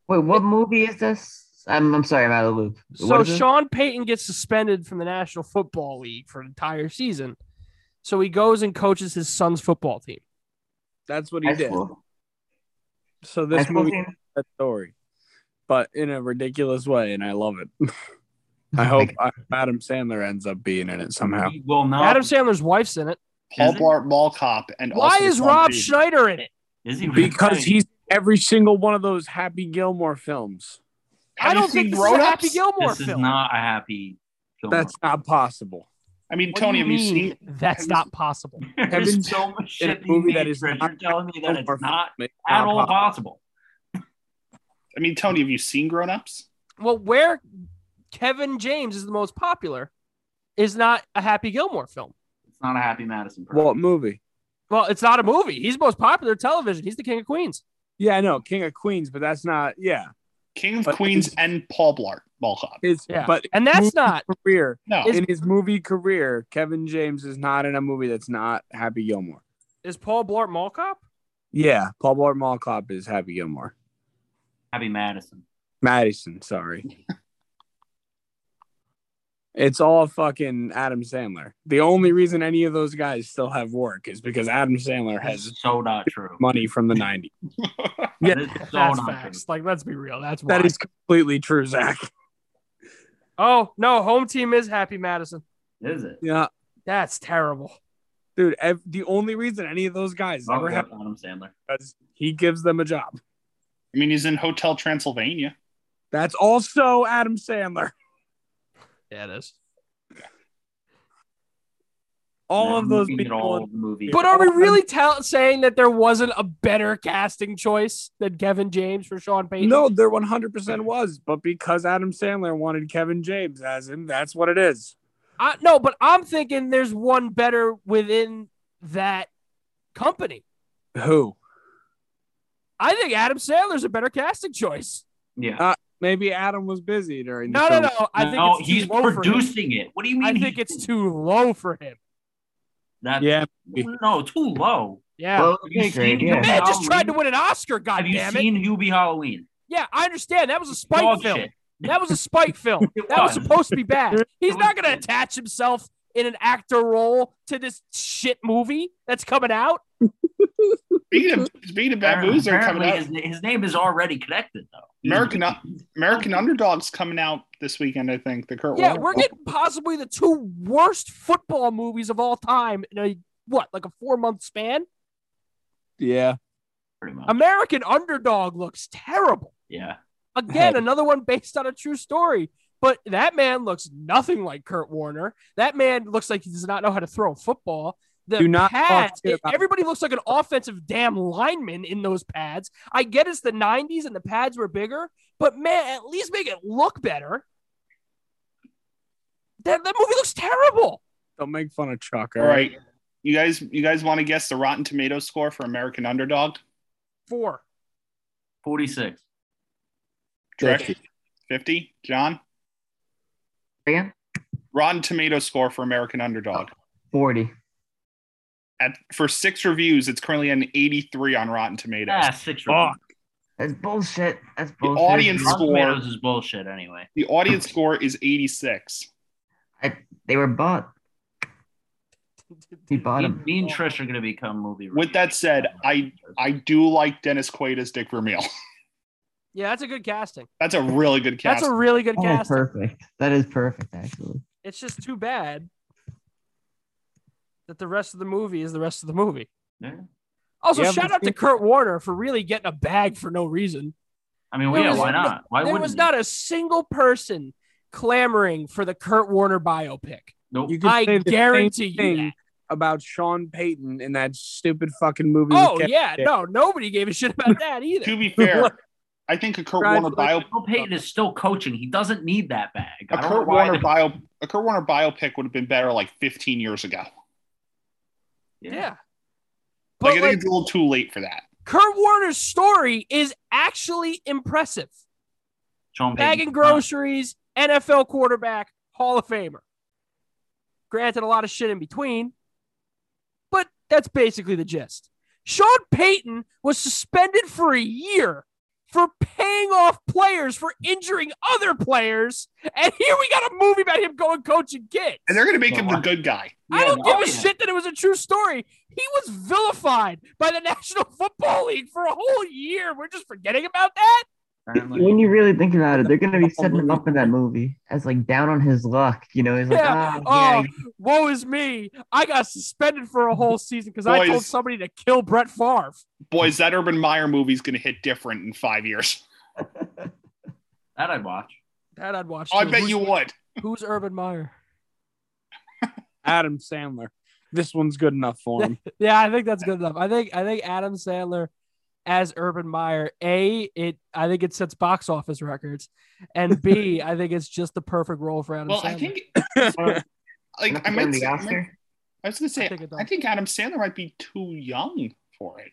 Speaker 3: Wait, what movie is this? I'm, I'm sorry, I'm out of the loop. What
Speaker 1: So
Speaker 3: is it?
Speaker 1: Sean Payton gets suspended from the National Football League for an entire season. So he goes and coaches his son's football team.
Speaker 5: That's what he
Speaker 3: High
Speaker 5: did.
Speaker 3: school.
Speaker 5: So
Speaker 3: High
Speaker 5: this
Speaker 3: school
Speaker 5: movie
Speaker 3: team?
Speaker 5: that story, but in a ridiculous way, and I love it. I hope I, Adam Sandler ends up being in it somehow.
Speaker 4: He will not.
Speaker 1: Adam Sandler's wife's in it.
Speaker 2: Paul
Speaker 4: Is it?
Speaker 2: Blart Mall Cop and
Speaker 1: Why
Speaker 2: also
Speaker 1: is
Speaker 2: Sean
Speaker 1: Rob
Speaker 2: Bean.
Speaker 1: Schneider in it?
Speaker 4: is he really?
Speaker 5: Because he's every single one of those Happy Gilmore films.
Speaker 2: Have
Speaker 1: I
Speaker 2: you
Speaker 1: don't
Speaker 2: seen
Speaker 1: think this
Speaker 2: Grown
Speaker 1: is a
Speaker 2: Ups?
Speaker 1: Happy Gilmore
Speaker 4: This is
Speaker 1: film.
Speaker 4: not a happy. Gilmore.
Speaker 5: That's not possible.
Speaker 2: I mean,
Speaker 1: What do
Speaker 2: Tony, have you
Speaker 1: mean
Speaker 2: seen?
Speaker 1: That's
Speaker 2: have you
Speaker 1: not possible.
Speaker 4: There's
Speaker 5: Kevin
Speaker 4: so much
Speaker 5: in a
Speaker 4: shit being
Speaker 5: movie
Speaker 4: made,
Speaker 5: that is
Speaker 4: Chris.
Speaker 5: not-
Speaker 4: You're telling me that it's not
Speaker 5: It's
Speaker 4: at
Speaker 5: not
Speaker 4: all
Speaker 5: possible.
Speaker 4: possible.
Speaker 2: I mean, Tony, have you seen Grown Ups?
Speaker 1: Well, where Kevin James is the most popular is not a Happy Gilmore film.
Speaker 4: It's not a happy Madison. Perfect.
Speaker 5: What movie?
Speaker 1: Well, it's not a movie. He's most popular television. He's the king of Queens.
Speaker 5: Yeah, I know King of Queens, but that's not. Yeah,
Speaker 2: King of
Speaker 5: But-
Speaker 2: Queens and Paul Blart Mall Cop.
Speaker 5: it's
Speaker 1: Yeah.
Speaker 5: but
Speaker 1: And that's not
Speaker 5: career
Speaker 2: No,
Speaker 1: Is-
Speaker 5: in his movie career, Kevin James is not in a movie that's not Happy Gilmore.
Speaker 1: is Paul Blart Mall Cop?
Speaker 5: Yeah, Paul Blart Mall Cop is Happy Gilmore.
Speaker 4: happy Madison.
Speaker 5: Madison, sorry. it's all fucking Adam Sandler. The only reason any of those guys still have work is because Adam Sandler
Speaker 4: That's
Speaker 5: has
Speaker 4: so not true.
Speaker 5: money from the 90s.
Speaker 4: That is so
Speaker 1: That's
Speaker 4: not
Speaker 1: facts. Like, let's be real. That's why.
Speaker 5: That is completely true, Zach.
Speaker 1: Oh no, home team is Happy Madison.
Speaker 4: true. Is it?
Speaker 5: Yeah.
Speaker 1: That's terrible.
Speaker 5: Dude, ev- the only reason any of those guys
Speaker 4: Oh,
Speaker 5: ever
Speaker 4: yeah,
Speaker 5: have
Speaker 4: Adam Sandler.
Speaker 5: is he gives them a job.
Speaker 2: I mean, he's in Hotel Transylvania.
Speaker 5: That's also Adam Sandler.
Speaker 1: Yeah, it is.
Speaker 5: All
Speaker 4: I'm
Speaker 5: of those
Speaker 4: looking at
Speaker 5: people.
Speaker 4: all the movies.
Speaker 1: But are we really tell- saying that there wasn't a better casting choice than Kevin James for Sean Payton?
Speaker 5: No, there 100% was, but because Adam Sandler wanted Kevin James as him, that's what it is.
Speaker 1: I, no, but I'm thinking there's one better within that company.
Speaker 5: Who?
Speaker 1: I think Adam Sandler's a better casting choice.
Speaker 4: Yeah.
Speaker 5: Maybe Adam was busy during the
Speaker 1: No, no,
Speaker 5: film.
Speaker 1: no. I think
Speaker 4: no,
Speaker 1: it's too
Speaker 4: he's
Speaker 1: low
Speaker 4: producing it. What do you
Speaker 1: For him.
Speaker 4: mean?
Speaker 1: I think
Speaker 4: he's-
Speaker 1: it's too low for him.
Speaker 4: That,
Speaker 5: Yeah,
Speaker 4: No, too low.
Speaker 1: Yeah.
Speaker 3: Well,
Speaker 4: Have you
Speaker 3: okay, great,
Speaker 4: seen
Speaker 1: the
Speaker 3: yeah.
Speaker 1: man just
Speaker 4: Halloween?
Speaker 1: tried to win an Oscar.
Speaker 4: Have you
Speaker 1: goddammit.
Speaker 4: seen Hubie Halloween?
Speaker 1: Yeah, I understand. That was a spite
Speaker 4: Dog
Speaker 1: film.
Speaker 4: shit.
Speaker 1: That was a spite film.
Speaker 4: It
Speaker 1: That was
Speaker 4: was.
Speaker 1: supposed to be bad. He's
Speaker 4: It
Speaker 1: not
Speaker 4: was
Speaker 1: going to
Speaker 4: bad.
Speaker 1: attach himself in an actor role to this shit movie that's coming out.
Speaker 2: Speaking of, speaking of baboons, they're coming
Speaker 4: Apparently His,
Speaker 2: out.
Speaker 4: na- his name is already connected, though.
Speaker 2: American American Underdogs coming out this weekend. I think the Kurt.
Speaker 1: Yeah,
Speaker 2: Warner
Speaker 1: we're
Speaker 2: film.
Speaker 1: getting possibly the two worst football movies of all time in a what, like a four month span?
Speaker 5: Yeah.
Speaker 4: Pretty much.
Speaker 1: American Underdog looks terrible.
Speaker 4: yeah.
Speaker 1: Again,
Speaker 5: Hey.
Speaker 1: another one based on a true story. But that man looks nothing like Kurt Warner. That man looks like he does not know how to throw a football. The
Speaker 5: Do not talk
Speaker 1: pads,
Speaker 5: shit about-
Speaker 1: everybody looks like an offensive damn lineman in those pads. I get it's the 90s and the pads were bigger, but man, at least make it look better. That, that movie looks terrible.
Speaker 5: Don't make fun of Chuck.
Speaker 2: All right, you guys. You guys want to guess the Rotten Tomato score for American Underdog?
Speaker 1: Four.
Speaker 4: 46.
Speaker 2: Direct fifty. John.
Speaker 3: Again?
Speaker 2: Rotten Tomato score for American Underdog.
Speaker 3: 40.
Speaker 2: At for six reviews, it's currently an eighty-three on Rotten Tomatoes.
Speaker 4: Ah, six.
Speaker 5: Fuck.
Speaker 3: That's bullshit. That's
Speaker 2: The
Speaker 3: bullshit.
Speaker 2: audience
Speaker 4: Rotten
Speaker 2: score.
Speaker 4: Tomatoes is bullshit anyway.
Speaker 2: The audience score is eighty-six.
Speaker 3: I, they were bought. He bought
Speaker 4: Me,
Speaker 3: him.
Speaker 4: me and Trish are going to become movie.
Speaker 2: With that said, I I do like Dennis Quaid as Dick Vermeil.
Speaker 1: Yeah, that's a good casting.
Speaker 2: That's a really good cast.
Speaker 1: That's a really good
Speaker 5: Oh,
Speaker 3: That is
Speaker 1: casting.
Speaker 3: perfect. That is perfect, actually.
Speaker 1: It's just too bad that the rest of the movie is the rest of the movie.
Speaker 4: Yeah.
Speaker 1: Also,
Speaker 5: Yeah,
Speaker 1: shout
Speaker 5: but-
Speaker 1: out to Kurt Warner for really getting a bag for no reason.
Speaker 4: I mean,
Speaker 1: There
Speaker 4: yeah,
Speaker 1: was
Speaker 4: why
Speaker 1: no-
Speaker 4: not? Why
Speaker 1: there
Speaker 4: wouldn't
Speaker 1: was
Speaker 4: he?
Speaker 1: not a single person clamoring for the Kurt Warner biopic.
Speaker 4: Nope.
Speaker 5: You could
Speaker 1: I
Speaker 5: say the same
Speaker 1: guarantee you
Speaker 5: thing
Speaker 1: that.
Speaker 5: about Sean Payton in that stupid fucking movie. with
Speaker 1: Oh
Speaker 5: Kevin
Speaker 1: yeah,
Speaker 5: James.
Speaker 1: no, nobody gave a shit about that either.
Speaker 2: to be fair, I think a Kurt
Speaker 5: Right,
Speaker 2: Warner
Speaker 5: like-
Speaker 2: bio
Speaker 4: Bill Payton is still coaching. He doesn't need that bag. I don't
Speaker 2: a
Speaker 4: know
Speaker 2: Kurt
Speaker 4: why
Speaker 2: Warner
Speaker 4: they-
Speaker 2: bio a Kurt Warner biopic would have been better like 15 years ago.
Speaker 1: Yeah.
Speaker 2: Like
Speaker 1: But
Speaker 2: I think
Speaker 1: like,
Speaker 2: it's a little too late for that.
Speaker 1: Kurt Warner's story is actually impressive.
Speaker 4: Sean Payton.
Speaker 1: bagging groceries, NFL quarterback, Hall of Famer. Granted, a lot of shit in between, but that's basically the gist. Sean Payton was suspended for a year for paying off players for injuring other players. And here we got a movie about him going coaching kids.
Speaker 2: And they're going to make him the good guy.
Speaker 1: I don't
Speaker 4: Yeah,
Speaker 1: give a
Speaker 4: no.
Speaker 1: shit that it was a true story. He was vilified by the National Football League for a whole year. We're just forgetting about that.
Speaker 3: When you really think about it, they're gonna be setting him up in that movie as like down on his luck. You know, he's like,
Speaker 1: Yeah.
Speaker 3: oh, yeah,
Speaker 1: Woe is me. I got suspended for a whole season because I
Speaker 2: Boys.
Speaker 1: told somebody to kill Brett Favre.
Speaker 2: Boys, that Urban Meyer movie's going to hit different in five years.
Speaker 4: That I'd watch.
Speaker 1: That I'd watch.
Speaker 2: I
Speaker 1: too.
Speaker 2: bet
Speaker 1: Who's-
Speaker 2: you would.
Speaker 1: Who's Urban Meyer?
Speaker 5: Adam Sandler. This one's good enough for him.
Speaker 1: Yeah, I think that's good enough. I think I think Adam Sandler as Urban Meyer, A, it I think it sets box office records. And B, I think it's just the perfect role for Adam
Speaker 2: Well,
Speaker 1: Sandler.
Speaker 2: I think,
Speaker 5: I
Speaker 3: Not
Speaker 2: like, I
Speaker 3: to
Speaker 2: might
Speaker 3: win the
Speaker 2: say- I might-
Speaker 3: Oscar.
Speaker 2: I was going to say,
Speaker 1: I think it does.
Speaker 2: I think Adam Sandler might be too young for it.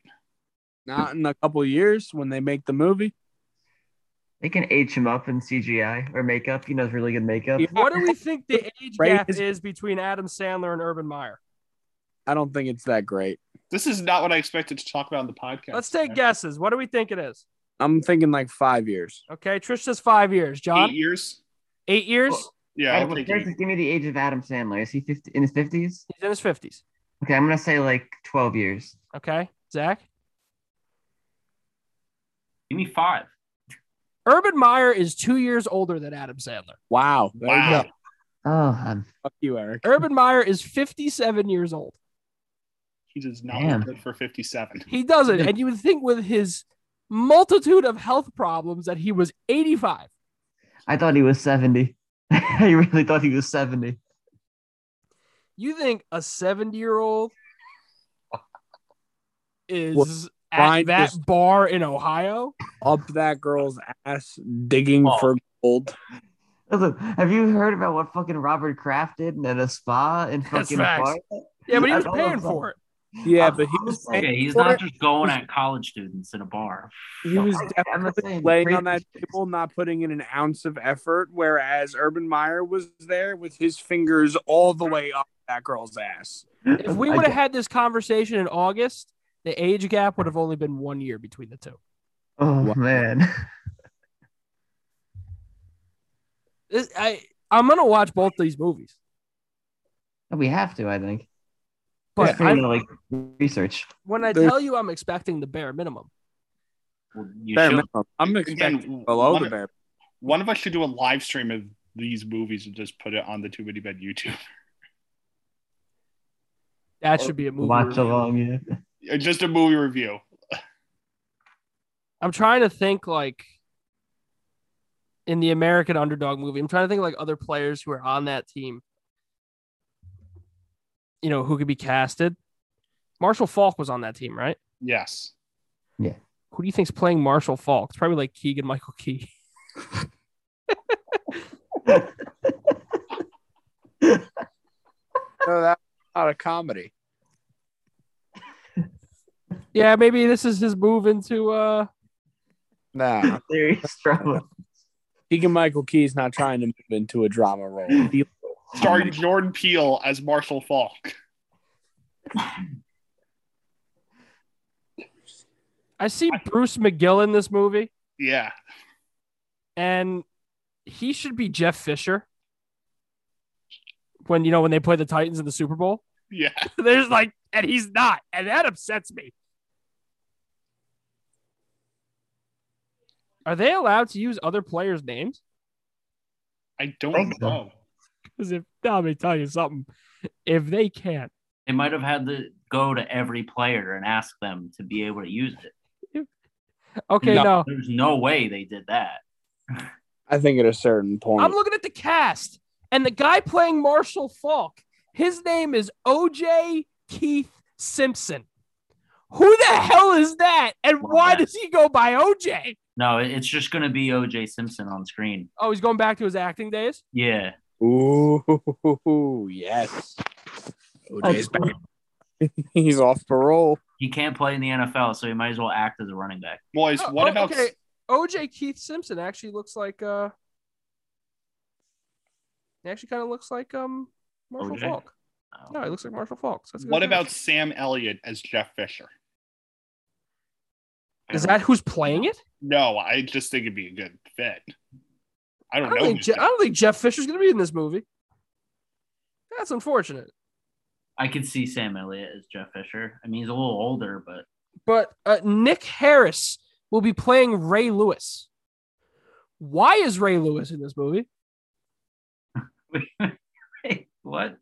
Speaker 5: Not in a couple years when they make the movie.
Speaker 3: They can age him up in CGI or makeup. He knows really good makeup.
Speaker 1: what do we think the age
Speaker 5: Right,
Speaker 1: gap
Speaker 5: is-
Speaker 1: is between Adam Sandler and Urban Meyer?
Speaker 5: I don't think it's that great.
Speaker 2: This is not what I expected to talk about in the podcast.
Speaker 1: Let's take guesses. What do we think it is?
Speaker 5: I'm thinking like five years.
Speaker 1: Okay, Trish says five years. John,
Speaker 2: eight
Speaker 1: eight,
Speaker 2: years.
Speaker 1: years.
Speaker 3: Well,
Speaker 2: Yeah, I'll
Speaker 3: Adam,
Speaker 2: take
Speaker 3: first,
Speaker 2: eight.
Speaker 3: give me the age of Adam Sandler. Is he 50, in his fifties?
Speaker 1: He's in his fifties.
Speaker 3: Okay, I'm gonna say like twelve years.
Speaker 1: Okay, Zach.
Speaker 4: Give me five.
Speaker 1: Urban Meyer is two years older than Adam Sandler.
Speaker 5: Wow. There you
Speaker 2: Wow.
Speaker 5: go.
Speaker 3: Oh, um,
Speaker 5: Fuck you, Eric.
Speaker 1: Urban Meyer is 57 years old.
Speaker 2: He does not
Speaker 3: Damn.
Speaker 2: look good for 57.
Speaker 1: He doesn't. And you would think with his multitude of health problems that he was 85.
Speaker 3: I thought he was seventy. I really thought he was seventy.
Speaker 1: You think a 70 year old is at
Speaker 5: Blind
Speaker 1: that
Speaker 5: is-
Speaker 1: bar in Ohio?
Speaker 5: Up that girl's ass digging
Speaker 4: Oh.
Speaker 5: for gold.
Speaker 3: Listen, have you heard about what fucking Robert Kraft did at a spa in fucking
Speaker 1: facts.
Speaker 3: Florida?
Speaker 1: Yeah, but he
Speaker 3: I
Speaker 1: was
Speaker 3: know
Speaker 1: paying
Speaker 3: it's like-
Speaker 1: for it.
Speaker 5: Yeah, but he
Speaker 3: I'm
Speaker 5: was
Speaker 3: just saying-
Speaker 4: Okay, he's
Speaker 5: Or-
Speaker 4: not just going at college students in a bar.
Speaker 5: he was
Speaker 3: I'm
Speaker 5: definitely
Speaker 3: saying
Speaker 5: laying
Speaker 3: great
Speaker 5: on that
Speaker 3: pictures.
Speaker 5: table, not putting in an ounce of effort, whereas Urban Meyer was there with his fingers all the way up that girl's ass.
Speaker 1: If we
Speaker 3: I
Speaker 1: would have
Speaker 3: get-
Speaker 1: had this conversation in August, the age gap would have only been one year between the two.
Speaker 3: oh
Speaker 5: Wow.
Speaker 3: man,
Speaker 1: This, I, I'm going to watch both these movies.
Speaker 3: we have to. I think.
Speaker 1: But
Speaker 3: Just for, you
Speaker 1: I-
Speaker 3: know, like research.
Speaker 1: when I
Speaker 5: There's-
Speaker 1: tell you I'm expecting the bare minimum,
Speaker 4: Well, you
Speaker 5: Bare
Speaker 4: should.
Speaker 5: minimum. I'm
Speaker 2: Again,
Speaker 5: expecting below
Speaker 2: one
Speaker 5: the
Speaker 2: of-
Speaker 5: bare.
Speaker 2: One of us should do a live stream of these movies and just put it on the Too Many Bed YouTube.
Speaker 1: that should be a movie.
Speaker 3: Watch
Speaker 1: review.
Speaker 3: along. Yeah.
Speaker 2: Uh, just a movie review.
Speaker 1: I'm trying to think like in the American underdog movie. I'm trying to think like other players who are on that team. You know, who could be casted. Marshall Falk was on that team, right?
Speaker 2: Yes.
Speaker 1: Who do you think's playing Marshall Falk? It's probably like Keegan Michael Key.
Speaker 5: No, that's not a comedy.
Speaker 1: Yeah, maybe this is his move into uh
Speaker 5: No,
Speaker 3: There he's struggling.
Speaker 5: Keegan Michael Key's not trying to move into a drama role. He-
Speaker 2: Starring Jordan Peele as Marshall Falk.
Speaker 1: I see Bruce McGill in this movie,
Speaker 2: Yeah.
Speaker 1: and he should be Jeff Fisher. When you know when they play the Titans in the Super Bowl.
Speaker 2: Yeah.
Speaker 1: There's like, and he's not, and that upsets me. Are they allowed to use other players' names?
Speaker 2: I
Speaker 3: Thank
Speaker 2: don't
Speaker 3: you.
Speaker 2: know.
Speaker 1: Because if no, let me tell you something. If they can't,
Speaker 4: They might have had to go to every player and ask them to be able to use it.
Speaker 1: okay,
Speaker 5: No.
Speaker 1: no.
Speaker 4: There's no way they did that.
Speaker 5: I think at a certain point,
Speaker 1: I'm looking at the cast, and the guy playing Marshall Falk, his name is OJ Keith Simpson. Who the hell is that? And
Speaker 4: Love
Speaker 1: why
Speaker 4: that.
Speaker 1: does he go by OJ?
Speaker 4: No, it- it's just going to be OJ Simpson on screen.
Speaker 1: Oh, he's going back to his acting days.
Speaker 4: Yeah.
Speaker 5: ooh, yes. OJ's back. He's off parole.
Speaker 4: He can't play in the NFL, so he might as well act as a running back.
Speaker 2: Boys,
Speaker 1: Oh,
Speaker 2: what
Speaker 1: oh,
Speaker 2: about
Speaker 1: okay. OJ Keith Simpson actually looks like uh he actually kind of looks like um Marshall
Speaker 4: OJ?
Speaker 1: Falk.
Speaker 4: Oh.
Speaker 1: No, he looks like Marshall Falk. So that's a good
Speaker 2: what
Speaker 1: guess.
Speaker 2: about Sam Elliott as Jeff Fisher?
Speaker 1: Is that who's playing it?
Speaker 2: No, I just think it'd be a good fit. I
Speaker 1: I
Speaker 2: don't,
Speaker 1: don't,
Speaker 2: know.
Speaker 1: think
Speaker 2: who's
Speaker 1: Je- I
Speaker 2: gonna-
Speaker 1: don't think Jeff Fisher's going to be in this movie. That's unfortunate.
Speaker 4: I could see Sam Elliott as Jeff Fisher. I mean, he's a little older, but
Speaker 1: But uh, Nick Harris will be playing Ray Lewis. Why is Ray Lewis in this movie?
Speaker 4: what?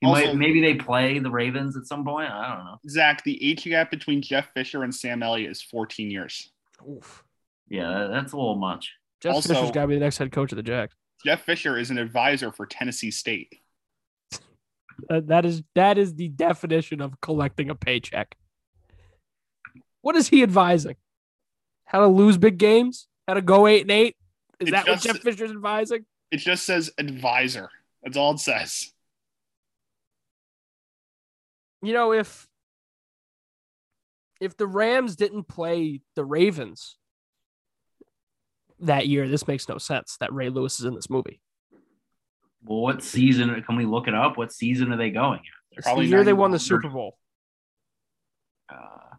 Speaker 4: He
Speaker 2: Also-
Speaker 4: might, maybe they play the Ravens at some point. I don't know.
Speaker 1: oh.
Speaker 2: Zach, the age gap between Jeff Fisher and Sam Elliott is 14 years.
Speaker 1: Oof.
Speaker 4: Yeah, that- that's a little much.
Speaker 1: Jeff
Speaker 2: Also-
Speaker 1: Fisher's got to be the next head coach of the Jacks.
Speaker 2: Jeff Fisher is an advisor for Tennessee State.
Speaker 1: Uh, that is that is the definition of collecting a paycheck. What is he advising? How to lose big games? How to go eight and eight? Is
Speaker 2: It
Speaker 1: that
Speaker 2: just-
Speaker 1: what Jeff Fisher's advising?
Speaker 2: It just says advisor. That's all it says.
Speaker 1: You know, if if the Rams didn't play the Ravens that year, this makes no sense that Ray Lewis is in this movie.
Speaker 4: Well, what season can we look it up? What season are they going?
Speaker 1: It's the
Speaker 2: Probably
Speaker 1: year they won the
Speaker 2: 91.
Speaker 1: Super Bowl.
Speaker 4: at? Uh,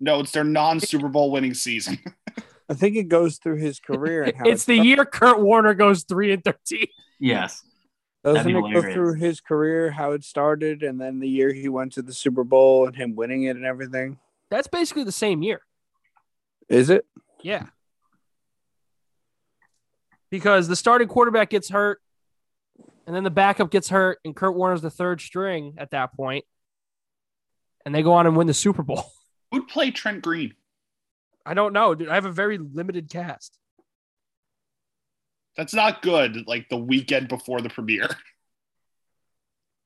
Speaker 2: No, it's their non Super Bowl winning season.
Speaker 5: I think it goes through his career and how
Speaker 1: It's the year Kurt Warner goes three and thirteen.
Speaker 4: yes,
Speaker 5: Doesn't
Speaker 4: That'd
Speaker 5: it
Speaker 4: be
Speaker 5: go
Speaker 4: hilarious.
Speaker 5: through his career, how it started, and then the year he went to the Super Bowl and him winning it and everything?
Speaker 1: That's basically the same year.
Speaker 5: Is it?
Speaker 1: Yeah. Because the starting quarterback gets hurt, and then the backup gets hurt, and Kurt Warner's the third string at that point, and they go on and win the Super Bowl.
Speaker 2: Who'd play Trent Green?
Speaker 1: I don't know, dude. I have a very limited cast.
Speaker 2: That's not good. Like the weekend before the premiere.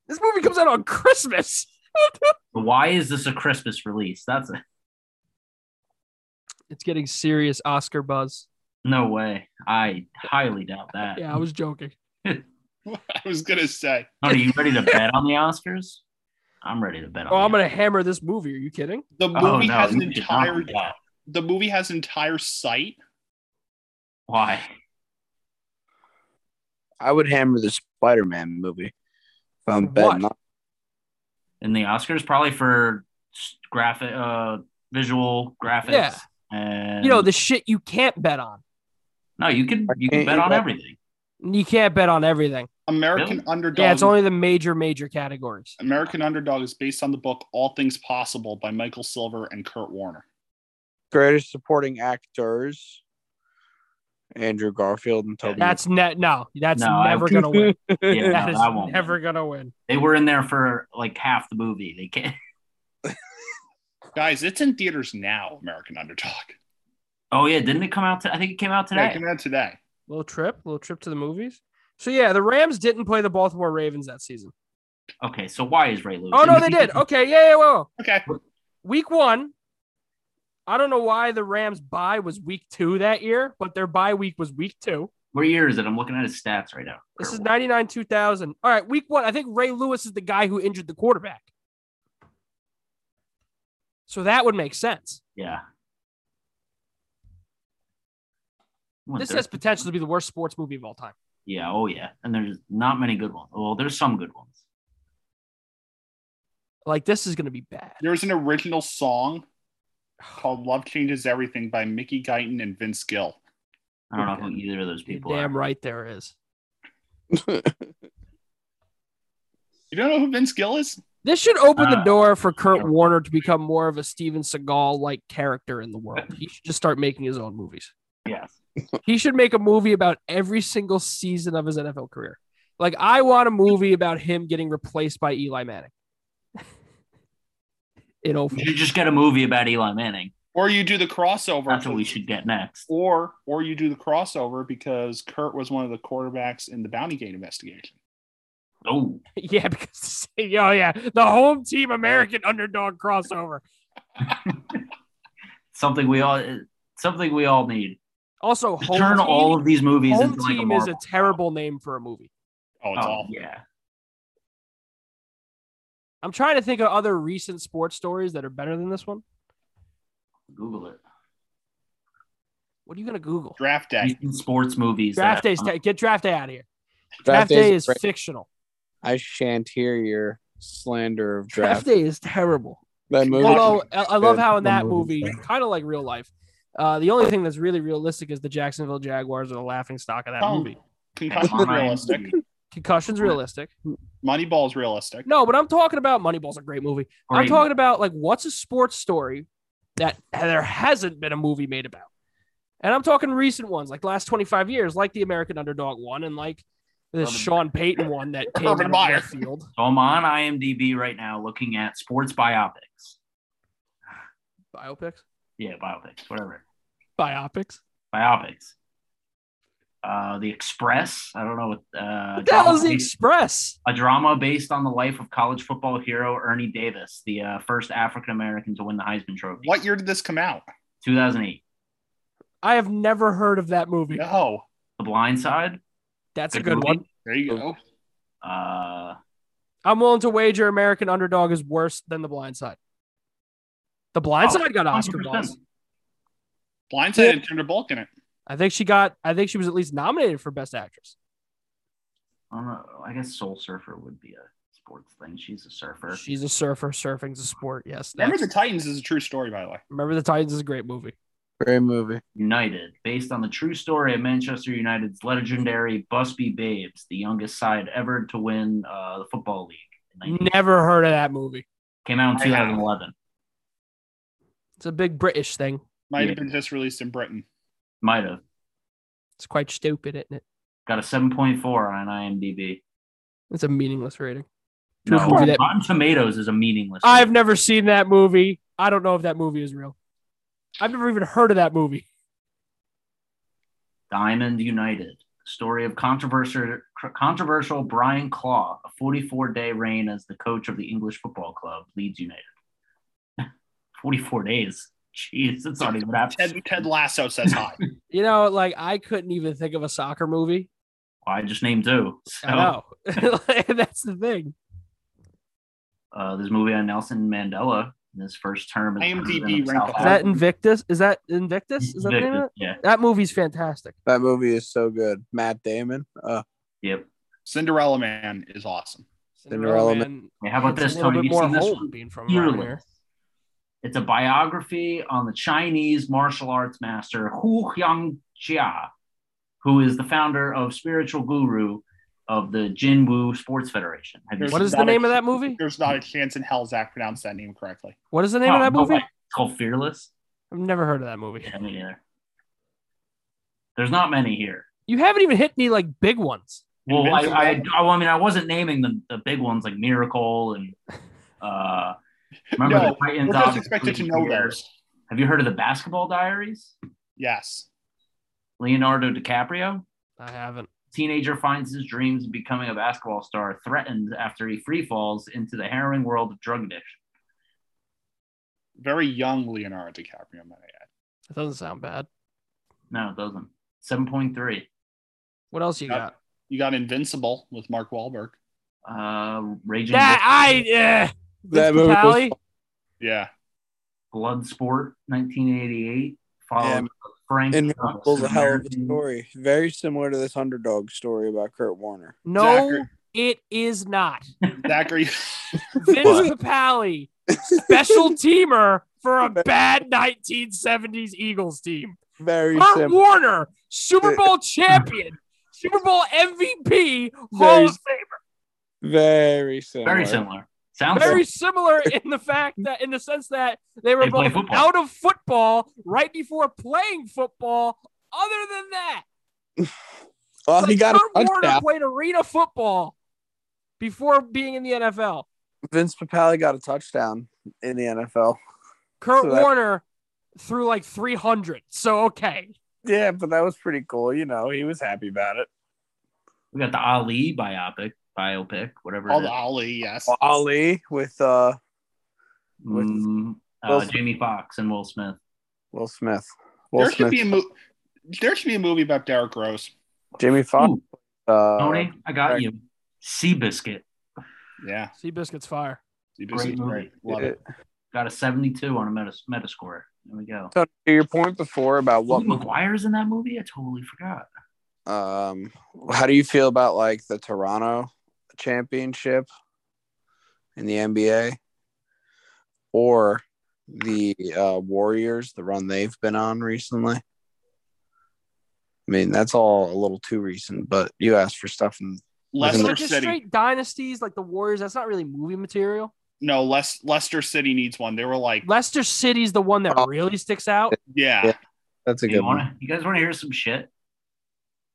Speaker 1: This movie comes out on Christmas.
Speaker 4: why is this a Christmas release? That's a,
Speaker 1: It's getting serious Oscar buzz.
Speaker 4: no way. I highly doubt that.
Speaker 1: Yeah, I was joking.
Speaker 2: I was gonna say
Speaker 4: Are you ready to bet on the Oscars? I'm ready to bet on.
Speaker 1: Oh,
Speaker 4: the
Speaker 1: I'm gonna hammer this movie. Are you kidding?
Speaker 2: the
Speaker 4: Oscars. Oh,
Speaker 2: movie
Speaker 4: no,
Speaker 2: has an
Speaker 4: you did not
Speaker 2: entire
Speaker 4: do that.
Speaker 2: the movie has an entire site.
Speaker 4: Why?
Speaker 5: I would hammer the Spider Man movie. If I'm
Speaker 1: For
Speaker 5: betting
Speaker 1: what?
Speaker 5: on
Speaker 4: in the Oscars, probably for s- graphic, uh, visual graphics.
Speaker 1: Yeah.
Speaker 4: and
Speaker 1: You know the shit you can't bet on.
Speaker 4: no, you can
Speaker 5: I
Speaker 4: you can
Speaker 5: can't
Speaker 4: bet
Speaker 5: eat
Speaker 4: on
Speaker 5: that.
Speaker 4: everything.
Speaker 1: You can't bet on everything.
Speaker 2: American Underdog.
Speaker 1: Yeah, it's only the major, major categories.
Speaker 2: American Underdog is based on the book All Things Possible by Michael Silver and Kurt Warner.
Speaker 5: greatest supporting actors Andrew Garfield and Toby.
Speaker 1: That's net. No, that's
Speaker 4: No, I-
Speaker 1: never gonna win.
Speaker 4: Yeah,
Speaker 1: That
Speaker 4: no,
Speaker 1: is
Speaker 4: that won't
Speaker 1: never gonna win.
Speaker 4: They were in there for like half the movie. They can't.
Speaker 2: Guys, it's in theaters now. American Underdog.
Speaker 4: Oh yeah, didn't it come out? To, I think it came out
Speaker 2: Yeah, it
Speaker 4: today.
Speaker 2: came out today.
Speaker 1: Little trip, little trip to the movies. So yeah, the Rams didn't play the Baltimore Ravens that season.
Speaker 4: Okay, so why is Ray Lewis?
Speaker 1: Oh no, they did. Okay, yeah, yeah, whoa. whoa.
Speaker 2: Okay.
Speaker 1: Week one. I don't know why the Rams' bye was week two that year, but their bye week was week two.
Speaker 4: What year is it? I'm looking at his stats right now.
Speaker 1: This is
Speaker 4: Kurt
Speaker 1: 99 2000. All right, week one. I think Ray Lewis is the guy who injured the quarterback. So that would make sense.
Speaker 4: Warner. Yeah. What,
Speaker 1: This
Speaker 4: there's-
Speaker 1: has potential to be the worst sports movie of all time.
Speaker 4: Yeah. Oh yeah. And there's not many good ones. Well, there's some good ones.
Speaker 1: Like, this is going to be bad.
Speaker 2: There's an original song called Love Changes Everything by Mickey Guyton and Vince Gill.
Speaker 4: I don't know who either of those
Speaker 1: You're
Speaker 4: people
Speaker 1: damn
Speaker 4: are.
Speaker 1: right there is.
Speaker 2: You don't know who Vince Gill is?
Speaker 1: This should open the
Speaker 4: Uh,
Speaker 1: door for Kurt Warner to become more of a Steven Seagal like character in the world. He should just start making his own movies.
Speaker 4: Yes.
Speaker 1: He should make a movie about every single season of his NFL career. Like, I want a movie about him getting replaced by Eli Manning. In
Speaker 4: We
Speaker 1: 04.
Speaker 4: should just get a movie about Eli Manning.
Speaker 2: Or you do the crossover.
Speaker 4: That's what we should get next.
Speaker 2: Or or you do the crossover because Kurt was one of the quarterbacks in the Bounty Gate investigation.
Speaker 4: Oh,
Speaker 1: Yeah, because, oh, yeah, the home team American underdog crossover.
Speaker 4: something we all something we all need.
Speaker 1: Also,
Speaker 4: Just
Speaker 1: home
Speaker 4: turn
Speaker 1: team,
Speaker 4: all of these movies
Speaker 1: home
Speaker 4: into like a
Speaker 1: team is
Speaker 4: Marvel.
Speaker 1: a terrible name for a movie.
Speaker 2: Oh, it's
Speaker 4: oh,
Speaker 2: all
Speaker 4: yeah.
Speaker 1: I'm trying to think of other recent sports stories that are better than this one.
Speaker 4: Google it.
Speaker 1: What are you going to Google?
Speaker 2: draft day.
Speaker 4: Recent Sports movies.
Speaker 1: Draft
Speaker 4: that-
Speaker 1: day's ta- get draft day out of here. Draft,
Speaker 5: Draft
Speaker 1: day
Speaker 5: Day's
Speaker 1: is
Speaker 5: great.
Speaker 1: fictional.
Speaker 5: I shan't hear your slander of
Speaker 1: Draft.
Speaker 5: draft.
Speaker 1: day is terrible.
Speaker 5: That movie.
Speaker 1: Although I, I love
Speaker 5: Good.
Speaker 1: how in
Speaker 5: The
Speaker 1: that
Speaker 5: movie's
Speaker 1: movie, kind of like real life, uh, the only thing that's really realistic is the Jacksonville Jaguars are the laughing stock of that
Speaker 2: Oh.
Speaker 1: movie.
Speaker 2: Concussion's realistic.
Speaker 1: Concussion's realistic.
Speaker 2: Moneyball's realistic.
Speaker 1: No, but I'm talking about Moneyball's a great movie. I'm
Speaker 4: Great.
Speaker 1: talking about like what's a sports story that there hasn't been a movie made about. And I'm talking recent ones, like the last 25 years, like the American Underdog one and like this
Speaker 4: Urban-
Speaker 1: Sean Payton one that came out
Speaker 2: Urban
Speaker 1: of
Speaker 2: Meyer.
Speaker 1: left field.
Speaker 4: So I'm on IMDb right now looking at sports biopics.
Speaker 1: Biopics?
Speaker 4: Yeah, biopics, whatever.
Speaker 1: Biopics?
Speaker 4: Biopics. Uh, the Express. I don't know what. Uh,
Speaker 1: What the hell is The
Speaker 4: drama-
Speaker 1: Express?
Speaker 4: a drama based on the life of college football hero Ernie Davis, the uh, first African American to win the Heisman Trophy.
Speaker 2: What year did this come out?
Speaker 4: 2008.
Speaker 1: I have never heard of that movie.
Speaker 2: No.
Speaker 4: The Blind Side.
Speaker 1: That's a
Speaker 4: Good
Speaker 1: good
Speaker 4: movie.
Speaker 1: one.
Speaker 2: There you
Speaker 4: Oh.
Speaker 2: go.
Speaker 4: Uh,
Speaker 1: I'm willing to wager American Underdog is worse than The Blind Side. The Blind
Speaker 4: Oh,
Speaker 1: Side got Oscar
Speaker 4: 100%.
Speaker 1: buzz.
Speaker 2: Blindside had Sandra Bullock in it.
Speaker 1: I think she got. I think she was at least nominated for Best Actress.
Speaker 4: I don't know. I guess Soul Surfer would be a sports thing. She's a surfer.
Speaker 1: She's a surfer. Surfing's a sport. Yes.
Speaker 2: Remember
Speaker 1: Remember
Speaker 2: the Titans is a true story, by the way.
Speaker 1: Remember the Titans is a great movie.
Speaker 5: Great movie.
Speaker 4: United, based on the true story of Manchester United's legendary Busby Babes, the youngest side ever to win uh, the Football League. in 19
Speaker 1: Never heard of that movie.
Speaker 4: Came out in
Speaker 2: I have.
Speaker 4: 2011.
Speaker 1: It's a big British thing.
Speaker 2: Might
Speaker 4: Yeah.
Speaker 2: have been just released in Britain.
Speaker 4: Might have.
Speaker 1: It's quite stupid, isn't it?
Speaker 4: Got a 7.4 on IMDb.
Speaker 1: It's a meaningless rating.
Speaker 4: No,
Speaker 1: Good movie that-
Speaker 4: Rotten Tomatoes is a meaningless.
Speaker 1: I've never seen that movie. I don't know if that movie is real. I've never even heard of that movie.
Speaker 4: Diamond United, story of controversial, controversial Brian Claw, a 44 day reign as the coach of the English football club, Leeds United. 44 days. Jeez, that's not even that.
Speaker 2: Ted, Ted Lasso says hi.
Speaker 1: You know, like I couldn't even think of a soccer movie.
Speaker 4: Well, I just named two. So,
Speaker 1: I know. That's the thing.
Speaker 4: Uh, this movie on Nelson Mandela in his first term. as
Speaker 2: IMDb
Speaker 4: president of South
Speaker 2: ranked
Speaker 1: Is that
Speaker 4: Africa.
Speaker 1: Invictus? Is that Invictus? Is that the name of it?
Speaker 4: Yeah.
Speaker 1: That movie's fantastic.
Speaker 5: That movie is so good. Matt Damon. Uh,
Speaker 4: Yep.
Speaker 2: Cinderella Man is awesome.
Speaker 5: Cinderella Man.
Speaker 4: Hey, how about this,
Speaker 1: It's a little
Speaker 4: Tony?
Speaker 1: bit
Speaker 4: You
Speaker 1: more
Speaker 4: seen this
Speaker 1: home
Speaker 4: one?
Speaker 1: being from around here.
Speaker 4: Fearless. It's a biography on the Chinese martial arts master Hu Jiangjia, who is the founder of spiritual guru of the Jin Wu Sports Federation. Have you
Speaker 2: There's
Speaker 1: What is the
Speaker 2: not
Speaker 1: name
Speaker 2: a-
Speaker 1: of that movie?
Speaker 2: There's not a chance in hell Zach pronounced that name correctly.
Speaker 1: What is the name of
Speaker 4: Oh,
Speaker 1: that
Speaker 4: no
Speaker 1: movie?
Speaker 4: way. It's called Fearless.
Speaker 1: I've never heard of that movie.
Speaker 4: Yeah, me neither. There's not many here.
Speaker 1: You haven't even hit any like big ones.
Speaker 4: Well, I,
Speaker 2: Invincible.
Speaker 4: I, I, well, I mean, I wasn't naming the, the big ones like Miracle and uh, remember
Speaker 2: No,
Speaker 4: the Titans.
Speaker 2: We're just
Speaker 4: obviously
Speaker 2: expected to
Speaker 4: was
Speaker 2: know
Speaker 4: here.
Speaker 2: those.
Speaker 4: Have you heard of the Basketball Diaries?
Speaker 2: Yes.
Speaker 4: Leonardo DiCaprio.
Speaker 1: I haven't.
Speaker 4: teenager finds his dreams of becoming a basketball star threatened after he free falls into the harrowing world of drug addiction.
Speaker 2: Very young Leonardo DiCaprio, might I add.
Speaker 1: That doesn't sound bad.
Speaker 4: No, it doesn't. 7.3.
Speaker 1: What else you
Speaker 2: Yeah.
Speaker 1: got?
Speaker 2: You got Invincible with Mark Wahlberg.
Speaker 4: Uh, Raging
Speaker 1: That I uh,
Speaker 5: that movie was
Speaker 2: Yeah.
Speaker 4: Blood Sport, 1988. Followed
Speaker 5: Yeah,
Speaker 4: by Frank.
Speaker 5: Invincible's a
Speaker 4: Thomas,
Speaker 5: hell of a
Speaker 4: American-
Speaker 5: story. Very similar to this underdog story about Kurt Warner.
Speaker 1: No, it is not.
Speaker 2: Zachary,
Speaker 1: Vince Papali, special teamer for a bad 1970s Eagles team.
Speaker 5: Very
Speaker 1: Kurt
Speaker 5: similar.
Speaker 1: Warner, Super Bowl champion, Super Bowl MVP, Hall
Speaker 5: Very
Speaker 1: of Famer.
Speaker 5: Very similar.
Speaker 4: Very similar. Sounds
Speaker 1: Very similar in the fact that, in the sense that they were
Speaker 4: They play
Speaker 1: both
Speaker 4: football.
Speaker 1: out of football right before playing football. Other than that,
Speaker 5: Well, he
Speaker 1: like,
Speaker 5: got a
Speaker 1: Kurt Warner
Speaker 5: touchdown.
Speaker 1: played arena football before being in the NFL.
Speaker 5: Vince Papale got a touchdown in the NFL.
Speaker 1: Kurt
Speaker 5: So that-
Speaker 1: Warner threw like 300. So okay,
Speaker 5: Yeah, but that was pretty cool. You know, he was happy about it.
Speaker 4: We got the Ali biopic, biopic, whatever.
Speaker 2: all
Speaker 4: it
Speaker 2: the
Speaker 4: is.
Speaker 2: Ali, yes.
Speaker 5: Ali with uh, with
Speaker 4: Mm,
Speaker 5: Will
Speaker 4: uh,
Speaker 5: Smith.
Speaker 4: Jamie Foxx and Will Smith.
Speaker 5: Will Smith. Will
Speaker 2: There should
Speaker 5: Smith.
Speaker 2: be a movie. There should be a movie about Derek Rose.
Speaker 5: Jamie Foxx.
Speaker 4: Ooh,
Speaker 5: Uh,
Speaker 4: Tony, I got
Speaker 5: Frank-
Speaker 4: you. Seabiscuit.
Speaker 2: Yeah.
Speaker 1: Seabiscuit's fire.
Speaker 2: Great
Speaker 4: Great movie.
Speaker 2: great. Love it.
Speaker 4: Got a 72 on a meta, metascore. There we go.
Speaker 5: Tony, to your point before about what
Speaker 4: Lizzie McGuire's in that movie? I totally forgot.
Speaker 5: um how do you feel about like the Toronto championship in the NBA or the uh, Warriors, the run they've been on recently. I mean, that's all a little too recent, but you asked for stuff in
Speaker 1: So
Speaker 2: Leicester
Speaker 1: just
Speaker 2: City.
Speaker 1: straight dynasties like the Warriors. That's not really movie material.
Speaker 2: No, Les- Leicester City needs one. They were like,
Speaker 1: Leicester City's the one that
Speaker 5: Oh.
Speaker 1: really sticks out.
Speaker 2: yeah,
Speaker 5: that's a
Speaker 4: you
Speaker 5: good one.
Speaker 4: want you guys want to hear some shit?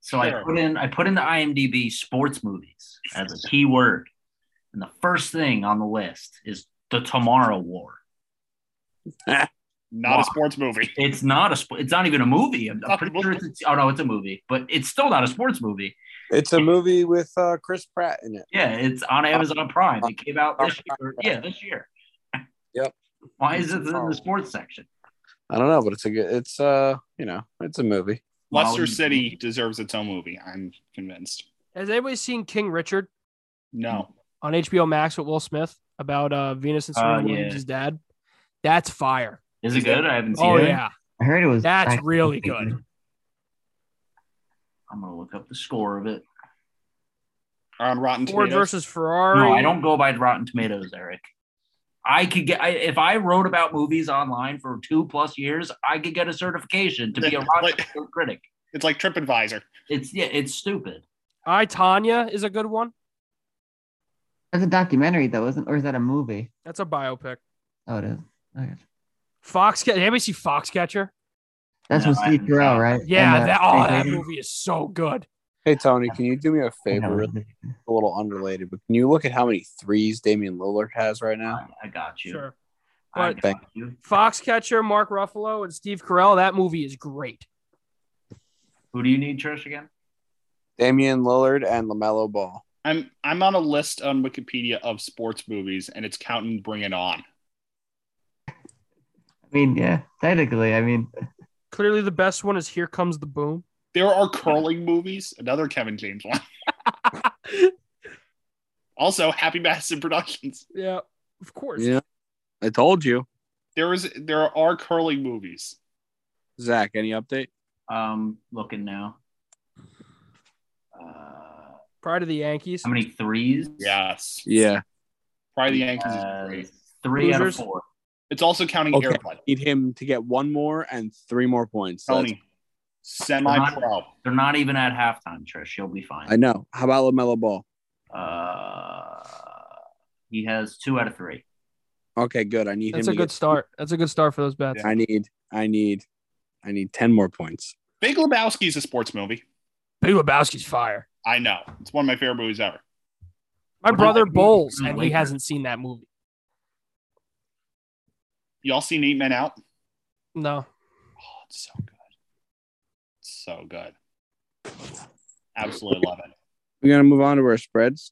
Speaker 4: So I
Speaker 2: Sure.
Speaker 4: put in I put in the IMDb sports movies as a keyword, and the first thing on the list is the Tomorrow War.
Speaker 2: not
Speaker 4: Wow.
Speaker 2: a sports movie.
Speaker 4: It's not a sp- it's not even a movie. I'm, I'm pretty sure it's oh no, it's a movie, but it's still not a sports movie.
Speaker 5: It's a movie with uh, Chris Pratt in it.
Speaker 4: Yeah, it's on Amazon Prime. It came out this year. Yeah, this year.
Speaker 5: Yep.
Speaker 4: Why is it in the sports section?
Speaker 5: I don't know, but it's a good. It's uh, you know, it's a movie.
Speaker 2: Leicester
Speaker 4: Molly-
Speaker 2: City deserves its own movie. I'm convinced.
Speaker 1: Has anybody seen King Richard
Speaker 2: No,
Speaker 1: on HBO Max with Will Smith about uh, Venus and Serena
Speaker 4: Oh, yeah.
Speaker 1: Williams' dad? That's fire.
Speaker 4: Is it good? I haven't seen
Speaker 1: Oh
Speaker 4: it.
Speaker 1: yeah,
Speaker 3: I heard it was.
Speaker 1: That's
Speaker 3: actually
Speaker 1: really
Speaker 3: pretty
Speaker 1: good.
Speaker 4: I'm gonna look up the score of it.
Speaker 2: on Rotten
Speaker 1: Ford
Speaker 2: Tomatoes.
Speaker 1: versus Ferrari.
Speaker 4: No, I don't go by Rotten Tomatoes, Eric. I could get I, if I wrote about movies online for two plus years, I could get a certification to be a Rotten
Speaker 2: Like-
Speaker 4: Tomatoes critic.
Speaker 2: it's like TripAdvisor.
Speaker 4: It's yeah, it's stupid.
Speaker 1: I Tanya is a good one.
Speaker 3: That's a documentary though, isn't? Or is that a movie?
Speaker 1: That's a biopic.
Speaker 3: Oh, it is. Okay.
Speaker 1: Fox. Anybody see Foxcatcher?
Speaker 3: That's
Speaker 4: No,
Speaker 3: with
Speaker 4: I
Speaker 3: Steve
Speaker 4: haven't
Speaker 3: Carell,
Speaker 4: seen it.
Speaker 3: right?
Speaker 1: Yeah,
Speaker 3: And, uh,
Speaker 1: that, oh, that
Speaker 3: Steve
Speaker 1: movie is so good.
Speaker 5: Hey Tony, can you do me a
Speaker 3: Carell.
Speaker 5: favor? Really, a little unrelated, but can you look at how many threes Damian Lillard has right now?
Speaker 4: I, I got you.
Speaker 1: Sure.
Speaker 4: I
Speaker 1: But-
Speaker 4: got you.
Speaker 1: Foxcatcher, Mark Ruffalo, and Steve Carell. That movie is great.
Speaker 4: Who do you need, Trish? Again?
Speaker 5: Damian Lillard and Lamelo Ball.
Speaker 2: I'm I'm on a list on Wikipedia of sports movies, and it's counting Bring It On.
Speaker 3: I mean, yeah, technically, I mean,
Speaker 1: Clearly, the best one is Here Comes the Boom.
Speaker 2: There are curling movies, another Kevin James one. also, Happy Madison Productions.
Speaker 1: Yeah, of course.
Speaker 5: Yeah, I told you,
Speaker 2: There is there are curling movies.
Speaker 5: Zach. Any update?
Speaker 4: Um, looking now. Uh,
Speaker 1: Pride of the Yankees.
Speaker 4: how many threes?
Speaker 2: Yes,
Speaker 5: Yeah,
Speaker 2: probably the Yankees.
Speaker 4: Uh,
Speaker 2: is great.
Speaker 4: three out of
Speaker 1: Losers?
Speaker 4: four.
Speaker 2: It's also counting
Speaker 5: Okay.
Speaker 2: Airplane.
Speaker 5: need him to get one more and three more points. That's-
Speaker 2: Tony, semi-pro.
Speaker 4: They're not even at halftime, Trish. You'll be
Speaker 5: I
Speaker 4: fine.
Speaker 5: know. How about Lamelo Ball?
Speaker 4: Uh, he has two out of three.
Speaker 5: Okay, good. I need
Speaker 1: That's
Speaker 5: him.
Speaker 1: a
Speaker 5: to
Speaker 1: good
Speaker 5: get-
Speaker 1: start. That's a good start for those bets.
Speaker 5: I need. I need. I need ten more points.
Speaker 2: Big Lebowski is a sports movie.
Speaker 1: Big Lebowski's fire.
Speaker 2: I know. It's one of my favorite movies ever.
Speaker 1: My
Speaker 4: What
Speaker 1: brother
Speaker 4: about the-
Speaker 1: bowls, and he
Speaker 4: Lakers?
Speaker 1: hasn't seen that movie.
Speaker 2: Y'all seen Eight Men Out?
Speaker 1: No,
Speaker 2: Oh, it's so good. It's so good. Absolutely love it.
Speaker 5: We're gonna move on to our spreads.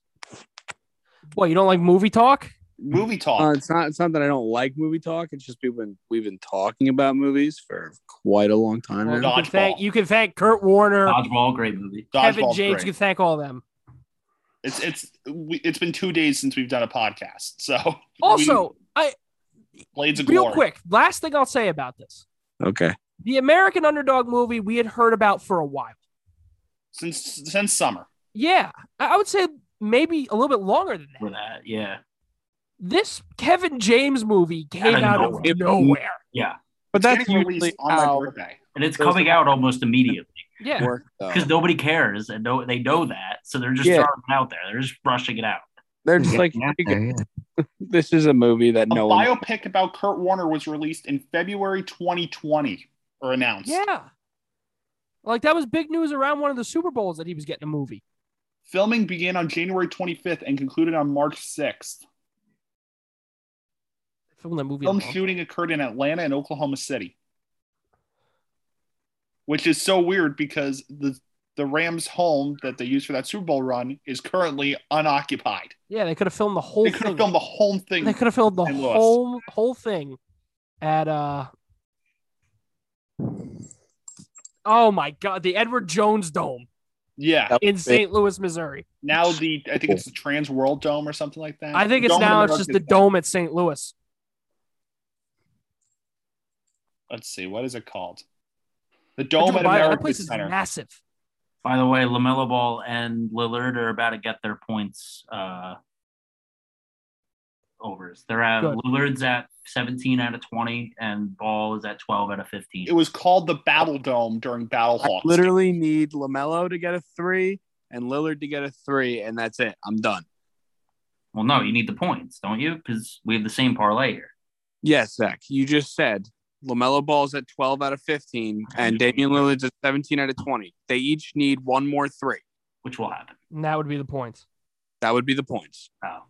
Speaker 1: what you don't like movie talk?
Speaker 2: Movie talk.
Speaker 5: Uh, it's not. It's not that I don't like movie talk. It's just we've been we've been talking about movies for quite a long time
Speaker 1: Well, you,
Speaker 5: now.
Speaker 1: can
Speaker 2: Dodgeball.
Speaker 1: thank, you can thank Kurt Warner,
Speaker 4: Dodgeball, great movie.
Speaker 1: Kevin
Speaker 2: Dodgeball's
Speaker 1: James.
Speaker 2: great.
Speaker 1: You can thank all of them.
Speaker 2: It's it's we, it's been two days since we've done a podcast, so
Speaker 1: Also, I
Speaker 2: we- Blades of
Speaker 1: real
Speaker 2: Glory.
Speaker 1: quick, last thing I'll say about this:
Speaker 5: Okay.
Speaker 1: the American Underdog movie we had heard about for a while.
Speaker 2: since since summer.
Speaker 1: Yeah, I I would say maybe a little bit longer than that.
Speaker 4: for that. Yeah.
Speaker 1: This Kevin James movie came
Speaker 4: Outta
Speaker 1: out
Speaker 4: nowhere.
Speaker 1: of nowhere.
Speaker 4: Yeah.
Speaker 5: But
Speaker 2: It's
Speaker 5: that's
Speaker 2: getting
Speaker 5: usually
Speaker 2: released on my
Speaker 5: how
Speaker 2: birthday.
Speaker 4: And it's
Speaker 5: Those-
Speaker 4: coming out almost immediately
Speaker 1: Yeah,
Speaker 5: it works. though.
Speaker 4: because nobody cares and no, they know that. So they're just
Speaker 5: Oh. Yeah.
Speaker 4: throwing it out there. They're just brushing it out.
Speaker 5: They're
Speaker 3: Carell
Speaker 5: just like,
Speaker 3: getting out there, yeah.
Speaker 5: this is a movie that
Speaker 2: A
Speaker 5: no one.
Speaker 2: biopic about Kurt Warner was released in February 2020 or announced.
Speaker 1: yeah. Like that was big news around one of the Super Bowls that he was getting a movie.
Speaker 2: Filming began on January 25th and concluded on March 6th.
Speaker 1: Film that movie.
Speaker 2: Film
Speaker 1: alone.
Speaker 2: shooting occurred in Atlanta and Oklahoma City, which is so weird because the the Rams' home that they used for that Super Bowl run is currently unoccupied.
Speaker 1: Yeah, they could have filmed the whole
Speaker 2: They could
Speaker 1: thing.
Speaker 2: have filmed the whole thing.
Speaker 1: they could have filmed the
Speaker 2: and lost.
Speaker 1: whole whole thing at uh Oh my god, the Edward Jones Dome
Speaker 2: yeah.
Speaker 5: That
Speaker 1: in
Speaker 5: was
Speaker 1: St. Louis, Missouri.
Speaker 2: Now the I think it's the Trans World Dome or something like that.
Speaker 1: I think it's
Speaker 2: Dome in
Speaker 1: now it's
Speaker 2: America
Speaker 1: just
Speaker 2: is
Speaker 1: the
Speaker 2: back.
Speaker 1: dome at St. Louis.
Speaker 2: Let's see what is it called? The
Speaker 1: I
Speaker 2: Dome
Speaker 1: drove
Speaker 2: at
Speaker 1: by it. That
Speaker 2: America
Speaker 1: place is
Speaker 2: Center.
Speaker 1: massive.
Speaker 4: By the way, LaMelo Ball and Lillard are about to get their points uh, overs. They're at
Speaker 1: Good.
Speaker 4: Lillard's at 17 out of 20, and Ball is at 12 out of 15.
Speaker 2: It was called the Battle Dome during Battle
Speaker 5: I
Speaker 2: Hawks.
Speaker 5: literally need Lamelo to get a three and Lillard to get a three, and that's it. I'm done.
Speaker 4: well, no, you need the points, don't you? Because we have the same parlay here.
Speaker 5: Yes, Zach, you just said Lamelo Ball's at 12 out of 15, and Damian Lillard's at 17 out of 20. They each need one more three.
Speaker 4: which will happen.
Speaker 1: And that would be the points.
Speaker 5: That would be the points,
Speaker 4: Oh,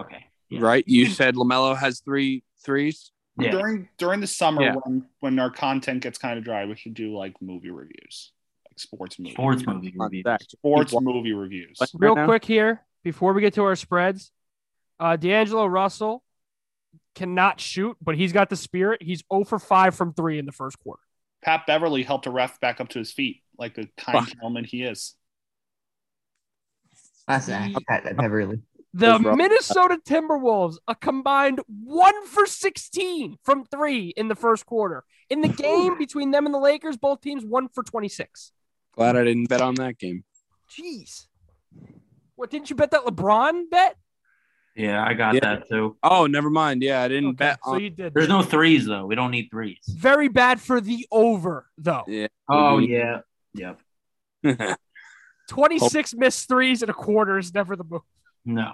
Speaker 1: Okay.
Speaker 4: okay. Yeah.
Speaker 5: right? You said Lamelo has three threes.
Speaker 4: Yeah.
Speaker 2: During during the summer
Speaker 5: Yeah.
Speaker 2: when when our content gets kind of dry, we should do like movie reviews, like sports movies.
Speaker 4: Sports movie review.
Speaker 5: Zach,
Speaker 2: sports movie reviews.
Speaker 5: But-
Speaker 1: Real
Speaker 5: right now?
Speaker 1: quick here, before we get to our spreads, uh, D'Angelo Russell cannot shoot, but he's got the spirit. He's 0 for 5 from 3 in the first quarter.
Speaker 2: Pat Beverly helped a ref back up to his feet, like the kind
Speaker 5: Fuck.
Speaker 2: gentleman he is.
Speaker 3: That's Zach. Pat Beverly.
Speaker 1: The
Speaker 5: Those Ru-
Speaker 1: Minnesota Timberwolves, a combined 1 for 16 from 3 in the first quarter. In the game between them and the Lakers, both teams 1 for 26.
Speaker 5: Glad I didn't bet on that game.
Speaker 1: Jeez. What didn't you bet that LeBron bet?
Speaker 4: Yeah, I got
Speaker 5: Yeah.
Speaker 4: that too.
Speaker 5: Oh, never mind. Yeah, I didn't
Speaker 1: Okay,
Speaker 5: bet
Speaker 1: so
Speaker 5: on.
Speaker 1: you did.
Speaker 4: There's no threes though. We don't need threes.
Speaker 1: Very bad for the over, though.
Speaker 5: Yeah.
Speaker 4: Oh
Speaker 5: Mhm.
Speaker 4: yeah. Yep.
Speaker 1: 26 missed threes and a quarter is never the move.
Speaker 4: No.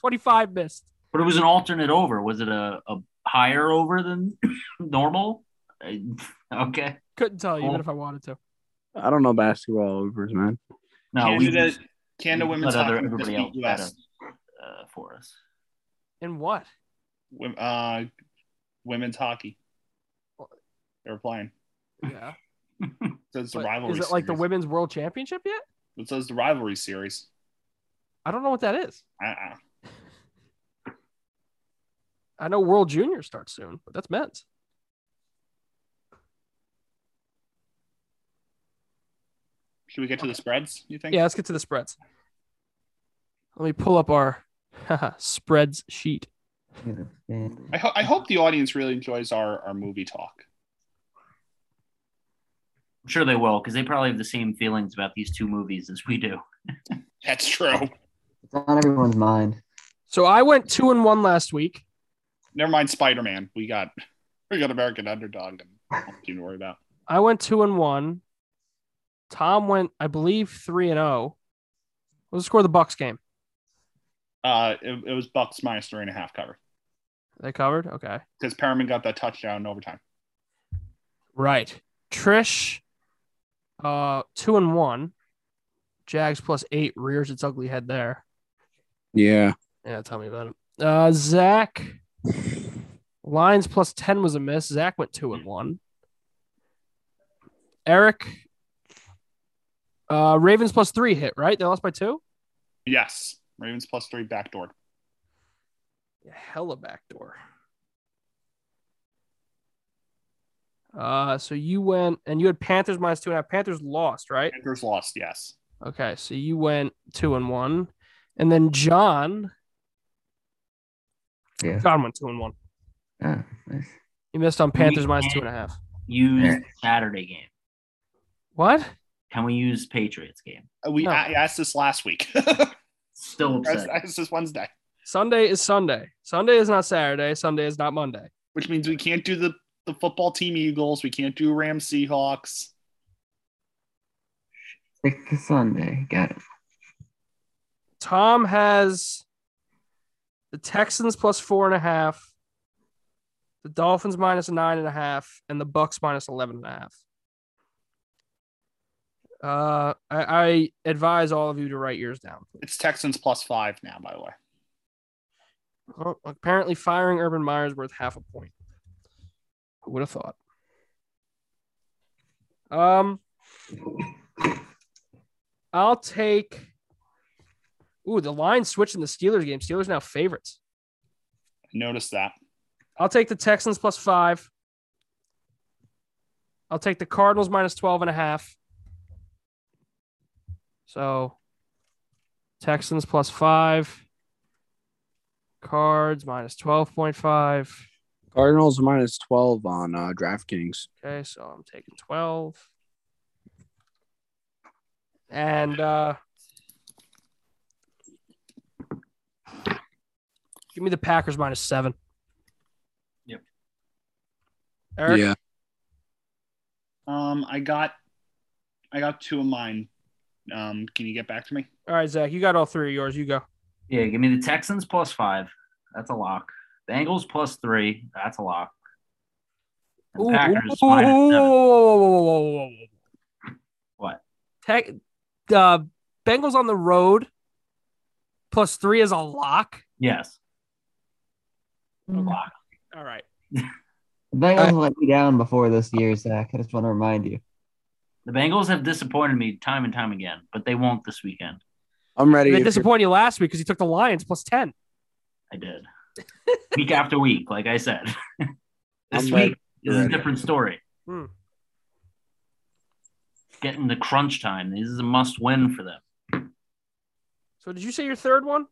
Speaker 1: 25 missed.
Speaker 4: But it was an alternate over. Was it a, a higher over than normal? Uh, Okay.
Speaker 1: Couldn't tell you
Speaker 4: Oh.
Speaker 1: even if I wanted to.
Speaker 5: I don't know basketball overs, man.
Speaker 4: No, we
Speaker 2: Canada,
Speaker 4: just
Speaker 2: Canada
Speaker 4: we
Speaker 2: women's
Speaker 4: let other-
Speaker 2: hockey just
Speaker 4: everybody
Speaker 2: beat
Speaker 4: else
Speaker 2: U.S.
Speaker 4: uh, for us.
Speaker 1: And what?
Speaker 2: Wom- Uh, women's hockey. They were playing.
Speaker 1: Yeah.
Speaker 2: So it's the
Speaker 1: But
Speaker 2: rivalry.
Speaker 1: is it like the
Speaker 2: series.
Speaker 1: women's world championship yet?
Speaker 2: It says the rivalry series.
Speaker 1: I don't know what that is.
Speaker 2: I, I,
Speaker 1: I know World Junior starts soon, but that's men's.
Speaker 2: should we get to the spreads? You think?
Speaker 1: Yeah, let's get to the spreads. Let me pull up our spreads sheet.
Speaker 2: I, ho- I hope the audience really enjoys our, our movie talk.
Speaker 4: I'm sure they will because they probably have the same feelings about these two movies as we do.
Speaker 2: That's true.
Speaker 3: It's on everyone's mind.
Speaker 1: So I went two and one last week.
Speaker 2: Never mind Spider Man. We got we got American Underdog. to even worry about.
Speaker 1: I went two and one. Tom went, I believe, three and zero. What's the score of the Bucks game?
Speaker 2: Uh, it, it was Bucks minus three and a half cover
Speaker 1: They covered. Okay.
Speaker 2: because Perriman got that touchdown in overtime.
Speaker 1: Right. Trish, uh, two and one. Jags plus eight rears its ugly head there.
Speaker 5: Yeah.
Speaker 1: Yeah, tell me about it. Uh, Zach, Lions plus ten was a miss. Zach went two and one. Eric, uh, Ravens plus three hit right. They lost by two.
Speaker 2: Yes, Ravens plus three backdoor.
Speaker 1: Yeah, hella backdoor. Uh, so you went and you had Panthers minus two and a half. Panthers lost, right?
Speaker 2: Panthers lost. Yes,
Speaker 1: Okay, so you went two and one, and then John.
Speaker 3: Yeah.
Speaker 1: John went two and one.
Speaker 3: Oh, nice.
Speaker 1: You missed on Panthers minus two and a half.
Speaker 4: Use
Speaker 3: Yeah.
Speaker 4: Saturday game.
Speaker 1: What?
Speaker 4: Can we use Patriots game?
Speaker 2: Uh, we
Speaker 1: No.
Speaker 2: I asked this last week. I
Speaker 4: Still upset.
Speaker 2: asked this Wednesday,
Speaker 1: Sunday is Sunday. Sunday is not Saturday. Sunday is not Monday.
Speaker 2: which means we can't do the the football team Eagles. We can't do Rams Seahawks.
Speaker 3: Stick to Sunday. Got it.
Speaker 1: Tom has the Texans plus four and a half, the Dolphins minus nine and a half, and the Bucks minus eleven and a half. Uh, I, I advise all of you to write yours down. please.
Speaker 2: It's Texans plus five now. By the way,
Speaker 1: Well, apparently, firing Urban Meyer is worth half a point. Who would have thought? Um, I'll take. Ooh, the line switched in the Steelers game. Steelers now favorites.
Speaker 2: notice that.
Speaker 1: I'll take the Texans plus five. I'll take the Cardinals minus 12 and a half. So Texans plus five. Cards minus 12.5.
Speaker 5: Cardinals minus 12 on uh, DraftKings.
Speaker 1: Okay, so I'm taking 12. And uh Give me the Packers minus seven.
Speaker 4: Yep.
Speaker 1: Eric,
Speaker 5: Yeah.
Speaker 2: Um, I got, I got two of mine. Um, can you get back to me?
Speaker 1: all right, Zach, you got all three of yours. You go.
Speaker 4: Yeah, give me the Texans plus five. That's a lock. Bengals plus three. That's a lock. And
Speaker 1: Ooh,
Speaker 4: Packers
Speaker 1: ooh,
Speaker 4: minus
Speaker 1: whoa,
Speaker 4: seven.
Speaker 1: whoa, whoa, whoa, whoa, whoa, whoa, whoa.
Speaker 4: What?
Speaker 1: Tech, uh, Bengals on the road plus three is a lock.
Speaker 4: Yes.
Speaker 1: Okay.
Speaker 4: Lock.
Speaker 1: All right.
Speaker 3: The Bengals
Speaker 5: I-
Speaker 3: let me down before this year, Zach. I just want to remind you.
Speaker 4: The Bengals have disappointed me time and time again, but they won't this weekend.
Speaker 5: I'm ready.
Speaker 1: They
Speaker 5: if you're-
Speaker 1: disappointed you last week because you took the Lions plus 10.
Speaker 4: I did. week after week, like I said. this
Speaker 5: I'm ready.
Speaker 4: week is a
Speaker 5: Ready.
Speaker 4: different story.
Speaker 1: Hmm.
Speaker 4: Getting the crunch time. This is a must win for them.
Speaker 1: So did you say your third one?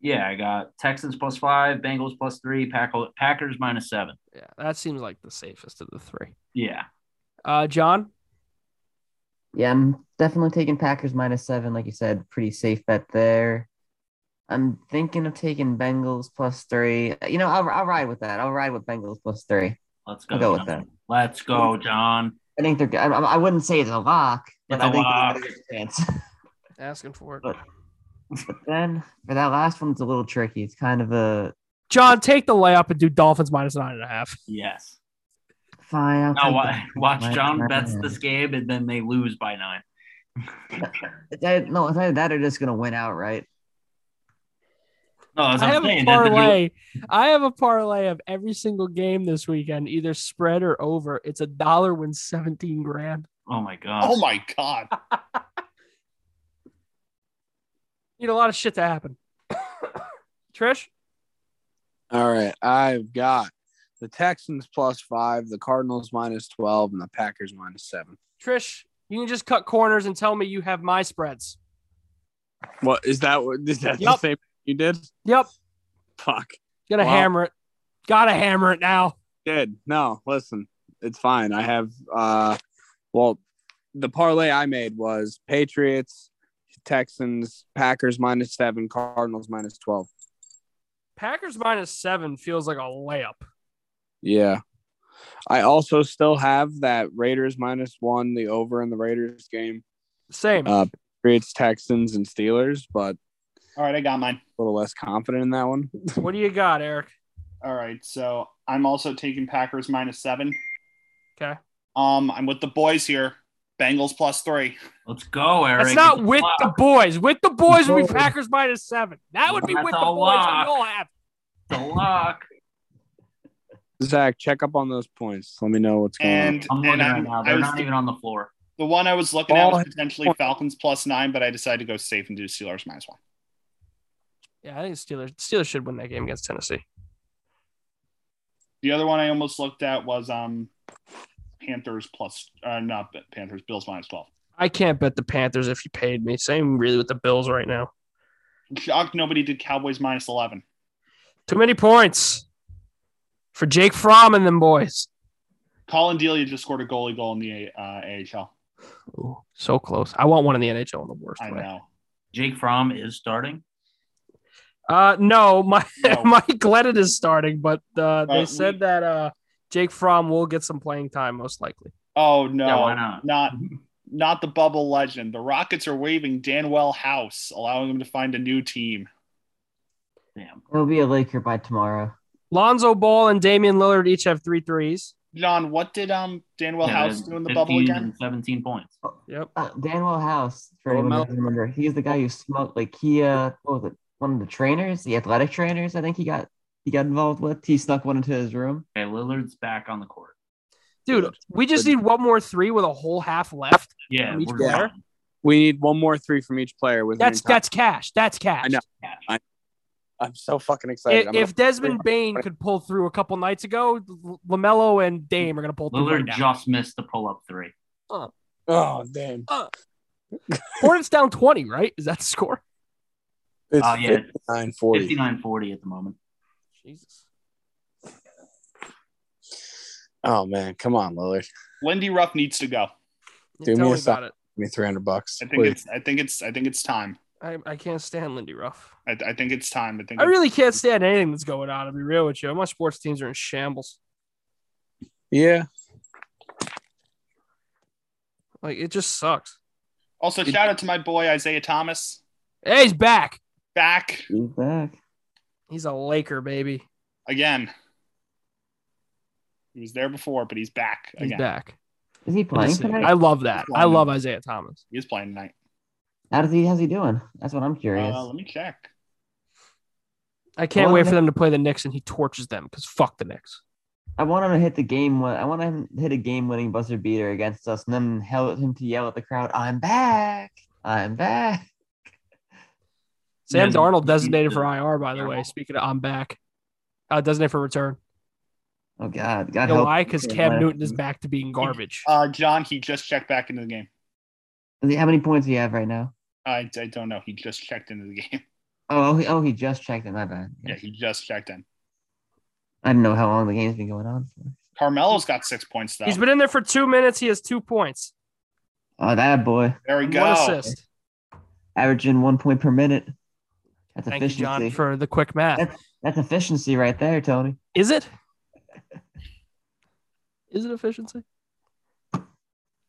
Speaker 4: Yeah, I got Texans plus five, Bengals plus three, Pack- Packers minus seven.
Speaker 1: Yeah, that seems like the safest of the three.
Speaker 4: Yeah.
Speaker 1: Uh, John,
Speaker 3: Yeah, I'm definitely taking Packers minus seven, like you said. Pretty safe bet there. I'm thinking of taking Bengals plus three. You know, I'll, I'll ride with that. I'll ride with Bengals plus three.
Speaker 4: Let's go.
Speaker 3: I'll go with
Speaker 4: John.
Speaker 3: that.
Speaker 4: Let's go, John.
Speaker 3: I think they're. I, I wouldn't say it's a lock, but
Speaker 4: It's
Speaker 3: I
Speaker 4: a
Speaker 3: think
Speaker 4: lock.
Speaker 3: there's a good chance.
Speaker 1: asking for it.
Speaker 3: But- but then for that last one, it's a little tricky. It's kind of a
Speaker 1: John, take the layup and do Dolphins minus nine and a half.
Speaker 4: Yes.
Speaker 3: fine. I'll
Speaker 4: Now
Speaker 3: take
Speaker 4: wa- watch
Speaker 3: Right,
Speaker 4: John
Speaker 3: right,
Speaker 4: bets
Speaker 3: right.
Speaker 4: this game and then they lose by nine.
Speaker 3: It's either- no, it's either that or just gonna win outright.
Speaker 4: No, that's
Speaker 1: I
Speaker 4: what I'm
Speaker 1: have a
Speaker 4: saying. That- that-
Speaker 1: parlay. I have a parlay of every single game this weekend, either spread or over. It's a dollar wins 17 grand.
Speaker 4: oh my god.
Speaker 2: Oh my god!
Speaker 1: Need a lot of shit to happen. Trish,
Speaker 5: All right. I've got the Texans plus five, the Cardinals minus 12, and the Packers minus seven.
Speaker 1: Trish, you can just cut corners and tell me you have my spreads.
Speaker 5: What is that? what- Is that the
Speaker 1: Yup.
Speaker 5: same you did?
Speaker 1: Yep,
Speaker 5: Fuck.
Speaker 1: gonna
Speaker 5: Wow.
Speaker 1: hammer it. Gotta hammer it now.
Speaker 5: Did. No, listen. It's fine. I have, uh, well, the parlay I made was Patriots, Texans, Packers minus seven, Cardinals minus 12.
Speaker 1: Packers minus seven feels like a layup.
Speaker 5: Yeah. I also still have that Raiders minus one, the over in the Raiders game.
Speaker 1: Same.
Speaker 5: Uh, Patriots, Texans, and Steelers, but
Speaker 2: All right, I got mine.
Speaker 5: a little less confident in that one.
Speaker 1: what do you got, Eric?
Speaker 2: All right, so I'm also taking Packers minus seven.
Speaker 1: Okay.
Speaker 2: Um, I'm with the boys here. Bengals plus three.
Speaker 4: Let's go, Eric.
Speaker 1: That's not
Speaker 4: It's a
Speaker 1: with
Speaker 4: lock.
Speaker 1: the boys. With the boys would be
Speaker 3: Boys.
Speaker 1: Packers minus seven. That would be
Speaker 4: That's
Speaker 1: with the
Speaker 4: a
Speaker 1: boys.
Speaker 4: lock.
Speaker 1: We all have.
Speaker 4: It's a lock.
Speaker 5: Zach, check up on those points. Let me know what's going on.
Speaker 2: And
Speaker 4: I'm looking
Speaker 2: and
Speaker 4: at it
Speaker 2: I'm,
Speaker 4: now.
Speaker 2: I
Speaker 4: They're
Speaker 2: was,
Speaker 4: not even Oh, on the floor.
Speaker 2: the one I was looking at
Speaker 5: All
Speaker 2: was
Speaker 5: his
Speaker 2: potentially
Speaker 5: points.
Speaker 2: Falcons plus nine, but I decided to go safe and do Steelers minus one.
Speaker 1: Yeah, I think Steelers. Steelers should win that game against Tennessee.
Speaker 2: The other one I almost looked at was um Panthers plus uh, not Panthers Bills minus twelve.
Speaker 1: I can't bet the Panthers if you paid me. Same really with the Bills right now.
Speaker 2: I'm shocked nobody did Cowboys minus eleven.
Speaker 1: Too many points for Jake Fromm and them boys.
Speaker 2: Colin Delia just scored a goalie goal in the uh, AHL.
Speaker 1: Ooh, so close. I want one in the NHL in the worst
Speaker 2: I
Speaker 1: way.
Speaker 2: know.
Speaker 4: Jake Fromm is starting.
Speaker 1: Uh, no, my
Speaker 2: No.
Speaker 1: Mike Glennon is starting, but uh, they
Speaker 2: Uh,
Speaker 1: said
Speaker 2: we-
Speaker 1: that uh, Jake Fromm will get some playing time most likely.
Speaker 2: Oh no,
Speaker 4: Yeah, why not?
Speaker 2: not not the bubble legend. The Rockets are waiving Danwell House, allowing him to find a new team.
Speaker 4: Damn.
Speaker 3: It'll be a Laker by tomorrow.
Speaker 1: Lonzo Ball and Damian Lillard each have three threes.
Speaker 2: John, what did um Danwell
Speaker 4: Yeah,
Speaker 2: House
Speaker 4: they're
Speaker 2: do in the
Speaker 4: 15
Speaker 2: bubble again?
Speaker 4: and 17 points.
Speaker 1: Yep.
Speaker 3: Uh, Danwell House, for
Speaker 5: Well,
Speaker 3: anyone who
Speaker 5: Mel-
Speaker 3: doesn't remember, he's the guy who smoked like he uh what was it? One of the trainers, the athletic trainers. I think he got he got involved with. He snuck one into his room.
Speaker 4: Okay, Lillard's back on the court.
Speaker 1: Dude, we just need one more three with a whole half left.
Speaker 4: Yeah,
Speaker 1: From each
Speaker 4: we're
Speaker 1: player?
Speaker 4: done.
Speaker 5: We need one more three from each player. With an
Speaker 1: That's
Speaker 5: entire-
Speaker 1: that's cash. That's cash.
Speaker 5: I know.
Speaker 4: Cash.
Speaker 5: I'm so fucking excited.
Speaker 1: If,
Speaker 5: I'm
Speaker 1: if Desmond Bain could pull through a couple nights ago, L- Lamelo and Dame are gonna pull through. Right
Speaker 4: Lillard
Speaker 1: now.
Speaker 4: just missed the pull up three.
Speaker 5: gonna- oh damn,
Speaker 1: Hornets down twenty, right? Is that the score?
Speaker 5: it's
Speaker 4: Oh, yeah.
Speaker 5: 59-40.
Speaker 4: 59 40 at the moment.
Speaker 1: Jesus.
Speaker 5: Oh man, come on, Lillard, give
Speaker 2: Lindy Ruff needs to go.
Speaker 5: Do
Speaker 1: Tell
Speaker 5: me a
Speaker 1: me about
Speaker 5: sec.
Speaker 1: it.
Speaker 5: me three hundred bucks.
Speaker 2: I think
Speaker 5: please.
Speaker 2: it's I think it's I think it's time.
Speaker 1: I, I can't stand Lindy Ruff.
Speaker 2: I, I think it's time. I think
Speaker 1: I really can't stand anything that's going on. To be real with you, my sports teams are in shambles.
Speaker 5: Yeah.
Speaker 1: Like it just sucks.
Speaker 2: also shout out to my boy Isaiah Thomas
Speaker 1: Hey, he's back.
Speaker 2: back
Speaker 3: He's back.
Speaker 1: He's a Laker baby.
Speaker 2: again. He was there before, but he's back
Speaker 1: He's
Speaker 2: again.
Speaker 1: back.
Speaker 3: Is he playing
Speaker 1: Listen,
Speaker 3: tonight?
Speaker 1: I love that. I
Speaker 2: Flying.
Speaker 1: love Isaiah Thomas.
Speaker 2: He is playing tonight.
Speaker 3: How does he? How's he doing? That's what I'm curious.
Speaker 2: Uh, let me check.
Speaker 1: I can't
Speaker 3: Well,
Speaker 1: wait for
Speaker 3: then-
Speaker 1: them to play the Knicks and he torches them because fuck the Knicks.
Speaker 3: I want him to hit the game. Win- I want him to hit a game-winning buzzer beater against us, and then hell him to yell at the crowd, "I'm back! I'm back!"
Speaker 1: Sam
Speaker 4: Yeah,
Speaker 1: Darnold
Speaker 4: he's
Speaker 1: designated
Speaker 4: the-
Speaker 1: for IR, by the way. Speaking of I'm back. Uh, designated for return.
Speaker 3: Oh God, God
Speaker 1: You know
Speaker 3: help!
Speaker 1: why? Because
Speaker 3: Yeah,
Speaker 1: Cam
Speaker 3: why?
Speaker 1: Newton is back to being garbage.
Speaker 2: Uh, John, he just checked back into the game.
Speaker 3: Does he- How many points do you have right now?
Speaker 2: I, I don't know. He just checked into the game.
Speaker 3: Oh, oh, he, oh, he just checked it. My bad.
Speaker 2: Yeah, he just checked in.
Speaker 3: I didn't know how long the game's been going on for.
Speaker 2: Carmelo's got six points though.
Speaker 1: He's been in there for two minutes. He has two points.
Speaker 3: Oh, that boy,
Speaker 2: there we
Speaker 1: and
Speaker 2: go.
Speaker 1: One assist.
Speaker 3: averaging one point per minute. That's
Speaker 1: Thank you,
Speaker 3: efficiency.
Speaker 1: John, for the quick math.
Speaker 3: That's efficiency right there, Tony.
Speaker 1: Is it? Is it efficiency?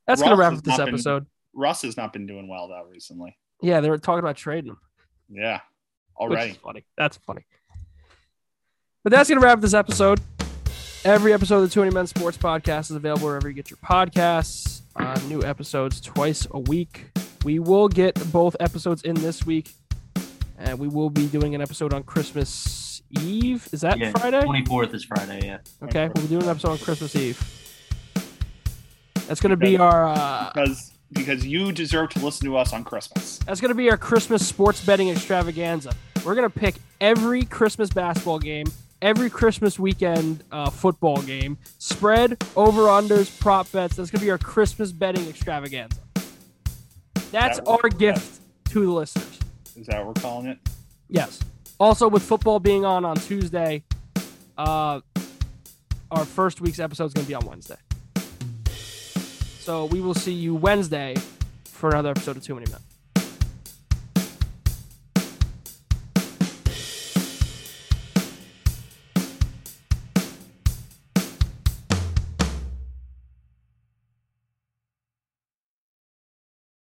Speaker 1: That's gonna
Speaker 2: Ross
Speaker 1: wrap
Speaker 2: has
Speaker 1: up this
Speaker 2: not been-
Speaker 1: episode.
Speaker 2: Russ has not been doing well though recently.
Speaker 1: Yeah, they were talking about trading him.
Speaker 2: Yeah.
Speaker 1: Which
Speaker 2: Already.
Speaker 1: is funny. That's funny. But that's going to wrap up this episode. Every episode of the 20 Men Sports Podcast is available wherever you get your podcasts. Uh, new episodes twice a week. We will get both episodes in this week. And we will be doing an episode on Christmas Eve. Is that
Speaker 4: Yeah,
Speaker 1: Friday?
Speaker 4: 24th is Friday. Yeah.
Speaker 1: Okay, we'll be doing an episode on Christmas Eve. That's going to be our uh,
Speaker 2: because because you deserve to listen to us on Christmas.
Speaker 1: That's going to be our Christmas sports betting extravaganza. We're going to pick every Christmas basketball game, every Christmas weekend uh, football game, spread, over unders, prop bets. That's going to be our Christmas betting extravaganza. That's
Speaker 2: That works.
Speaker 1: our gift to the listeners.
Speaker 2: Is that what we're calling it?
Speaker 1: Yes. Also, with football being on on Tuesday, uh, our first week's episode is going to be on Wednesday. So we will see you Wednesday for another episode of Too Many Men.